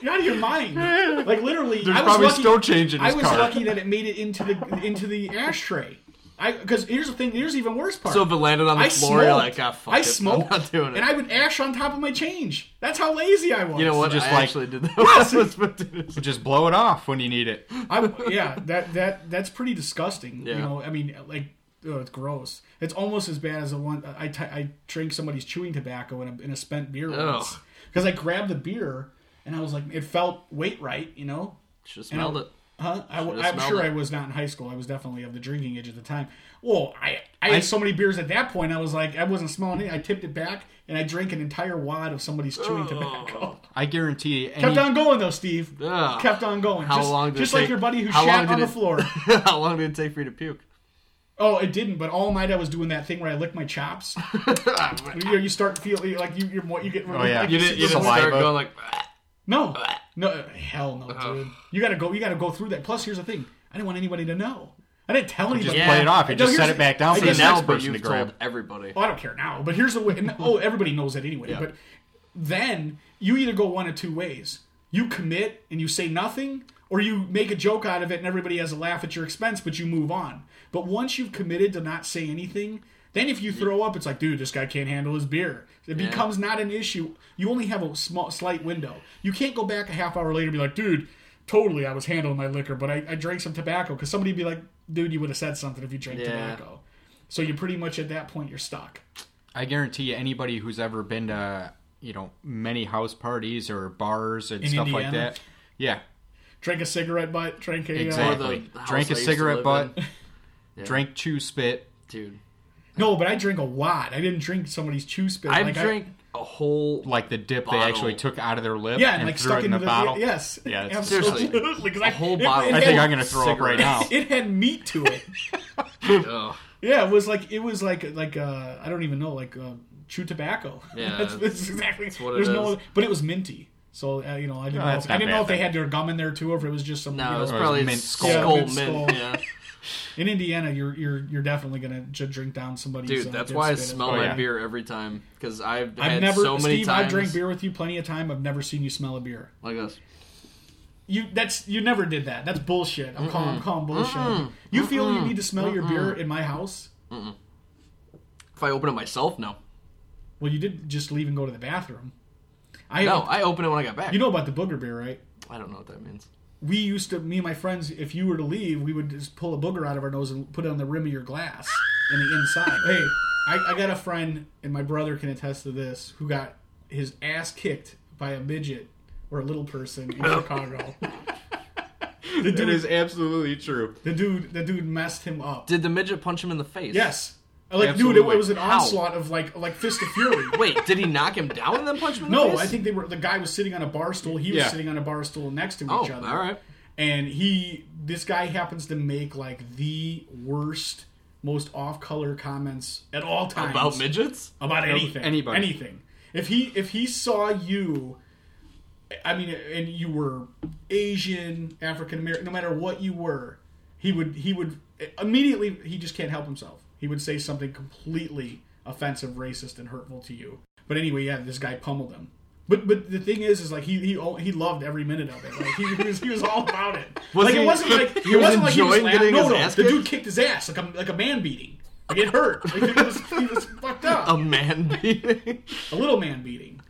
You're out of your mind. Like literally,
There's
I was
probably
lucky,
still change in
I
his
was
car.
lucky that it made it into the into the ashtray. I because here's the thing. Here's the even worse part.
So if it landed on the
I
floor, you're
smoked.
like, ah, fuck
I
it,
smoked,
I'm not doing it.
and I would ash on top of my change. That's how lazy I was.
you know what?
just
I
like-
actually did that.
So just blow it off when you need it.
I, yeah, that that that's pretty disgusting. You
Yeah.
know, I mean, like, oh, it's gross. It's almost as bad as the one I t- I drank somebody's chewing tobacco in a, in a spent beer once
Ugh.
because I grabbed the beer and I was like, it felt weight right, you know.
Should have smelled
And
it.
Huh? I,
Should've
am
smelled
sure
it.
I was not in high school. I was definitely of the drinking age at the time. Well, I I I had so many beers at that point. I was like, I wasn't smelling it. I tipped it back and I drank an entire wad of somebody's chewing tobacco.
I guarantee any,
Kept on going though, Steve.
Ugh.
Kept on going.
How
just,
long did
Just
it
like
take-
your buddy who
how long
shat
did
on the
it-
floor.
How long did it take for you to puke?
Oh, it didn't. But all night I was doing that thing where I licked my chops. you, know, you start feeling like you, you're more, you get.
Oh, yeah.
like
Oh, You
see
didn't-
the
you didn't
blood.
saliva.
Start going like, "Ah,
No, no, uh, hell no, dude. You gotta go. You gotta go through that. Plus, here's the thing: I didn't want anybody to know. I didn't tell anybody.
just
Yeah.
play it off. You
No,
just set
here's-
it back down
I
for the
guess
next
now, but
person to
you've
grab.
told everybody.
Oh, I don't care now. But here's the way. And, oh, everybody knows that anyway. But then you either go one of two ways: you commit and you say nothing, or you make a joke out of it and everybody has a laugh at your expense, but you move on. But once you've committed to not say anything. Then if you throw up, it's like, dude, this guy can't handle his beer. It becomes not an issue. You only have a small, slight window. You can't go back a half hour later and be like, dude, totally, I was handling my liquor, but I, I drank some tobacco. Because somebody would be like, dude, you would have said something if you drank
Yeah.
tobacco. So you pretty much at that point you're stuck.
I guarantee you, anybody who's ever been to you know many house parties or bars and
In
stuff like
Indiana?
that, yeah,
Drank a cigarette butt. Drank a uh,
Or
exactly.
the house
Drank
I
a
used to
cigarette
live
butt, drank chew spit.
dude.
no, but I drank a lot. I didn't drink somebody's chew spit.
I've
Like, I-
drank a whole.
Like the dip they
Bottle.
actually took out of their lip
yeah, and
and
like
threw
stuck
it
into
in the, bottle.
Yes,
Yeah, it's-
Seriously.
because I
A whole
it-
bottle.
It,
I
had,
think I'm gonna throw up right now.
It had meat to it.
ugh.
yeah, it was like it was like like uh, I don't even know like uh, chew tobacco.
Yeah,
that's, that's exactly
what it
there's no.
is.
But it was minty, so uh, you know I didn't
No,
know
that's
if,
not
I didn't
bad
know if they
then.
had their gum in there too, or if it was just some. you
No, it
know,
was
Or
probably
mint
mint
skull.
skull,
Yeah, mint
mint.
skull.
Yeah,
in Indiana, you're you're you're definitely gonna j- drink down somebody's.
dude,
uh,
that's
dip
why I
spit.
smell
Oh,
my
yeah.
beer every time because I've,
I've
had
never,
so many
Steve.
times
I've drank beer with you plenty of time. I've never seen you smell a beer.
like this.
You that's you never did that. That's bullshit. I'm calling. I'm calling bullshit. You feel you need to smell your beer in my house?
If I open it myself, no,
Well, you did just leave and go to the bathroom. I
no, I open it when I got back.
you know about the booger beer, right?
I don't know what that means.
We used to, me and my friends, if you were to leave, we would just pull a booger out of our nose and put it on the rim of your glass in the inside. Hey, I, I got a friend, and my brother can attest to this, who got his ass kicked by a midget or a little person in Chicago. The dude,
absolutely true.
the dude, the dude messed him up.
Did the midget punch him in the face?
Yes. Like, dude, it,
Absolutely.
it was an
How?
onslaught of like like fist of fury.
Wait, did he knock him down and then punch him in the
no,
face?
I think they were the guy was sitting on a bar stool. He was
Yeah.
sitting on a bar stool next to
Oh,
each other.
all right.
And he, this guy happens to make like the worst, most off-color comments at all times
About midgets?
about anything,
anybody.
anything. If he if he saw you, I mean, and you were Asian, African American, no matter what you were, he would he would immediately he just can't help himself. He would say something completely offensive, racist, and hurtful to you. But anyway, yeah, this guy pummeled him. But but the thing is, is like he he al- he loved every minute of it. Like he, he was he was all about it. like it
he-
wasn't like
he
it
was
wasn't like he was
enjoying
laughing.
getting
no,
his
no,
ass
the
kicked?
dude kicked his ass like a like a man beating. Like it hurt. Like it was, he was fucked up
A man beating?
a little man beating.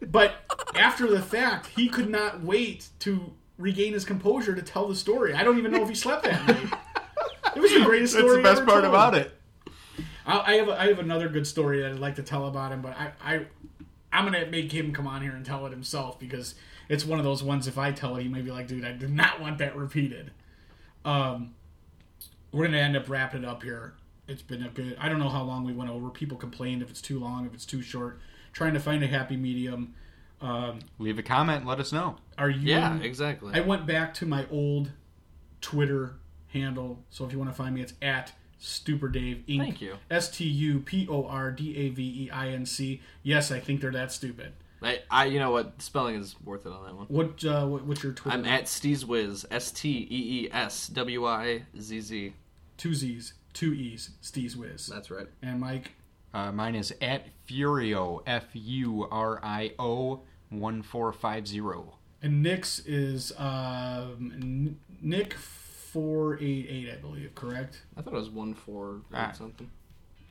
But after the fact, he could not wait to regain his composure to tell the story. I don't even know if he slept that night. It was the greatest
That's
story.
the best
ever
part
told.
about it.
I, I have a, I have another good story that I'd like to tell about him, but I, I I'm gonna make him come on here and tell it himself because it's one of those ones. If I tell it, he may be like, "Dude, I did not want that repeated." Um, we're gonna end up wrapping it up here. It's been a good. I don't know how long we went over. People complained if it's too long, if it's too short. Trying to find a happy medium. Um,
Leave a comment. and Let us know.
are you?
Yeah, exactly.
I went back to my old Twitter handle. So if you want to find me, it's at Stupor Dave Inc.
Thank you.
S T U P O R D A V E I N C. Yes, I think they're that stupid.
I, I, you know what? Spelling is worth it on that one.
What, uh, what what's your Twitter?
I'm at Steezwiz. S T E E S W I Z Z.
two Z's, two E's, Steez Wiz.
That's right.
And Mike,
Uh, mine is at Furio F U R I O one four five zero.
and Nick's is um, N- Nick four eight eight, I believe. Correct.
I thought it was one four or
Ah.
something.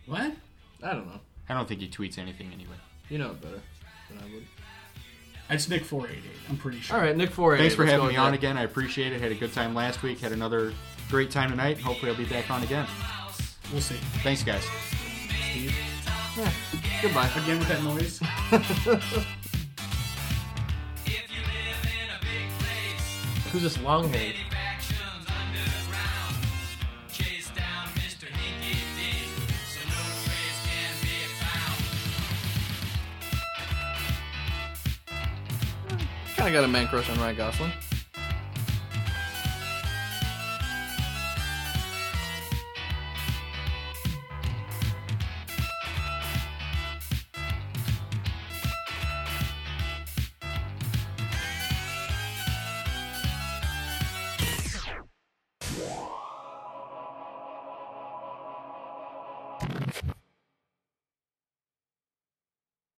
What?
I don't know.
I don't think he tweets anything anyway.
You know it better than I would.
It's Nick four eight eight. I'm pretty sure.
All right, Nick Foray.
Thanks for
let's go
having me
with
on
that.
again. I appreciate it. Had a good time last week. Had another great time tonight. Hopefully, I'll be back on again.
We'll see.
Thanks, guys.
Steve,
Goodbye.
again with that noise.
If you live in a big place,
Who's this long made?
any factions underground, chase down Mr. Hinky D.
kind of got a man crush on Ryan Gosling.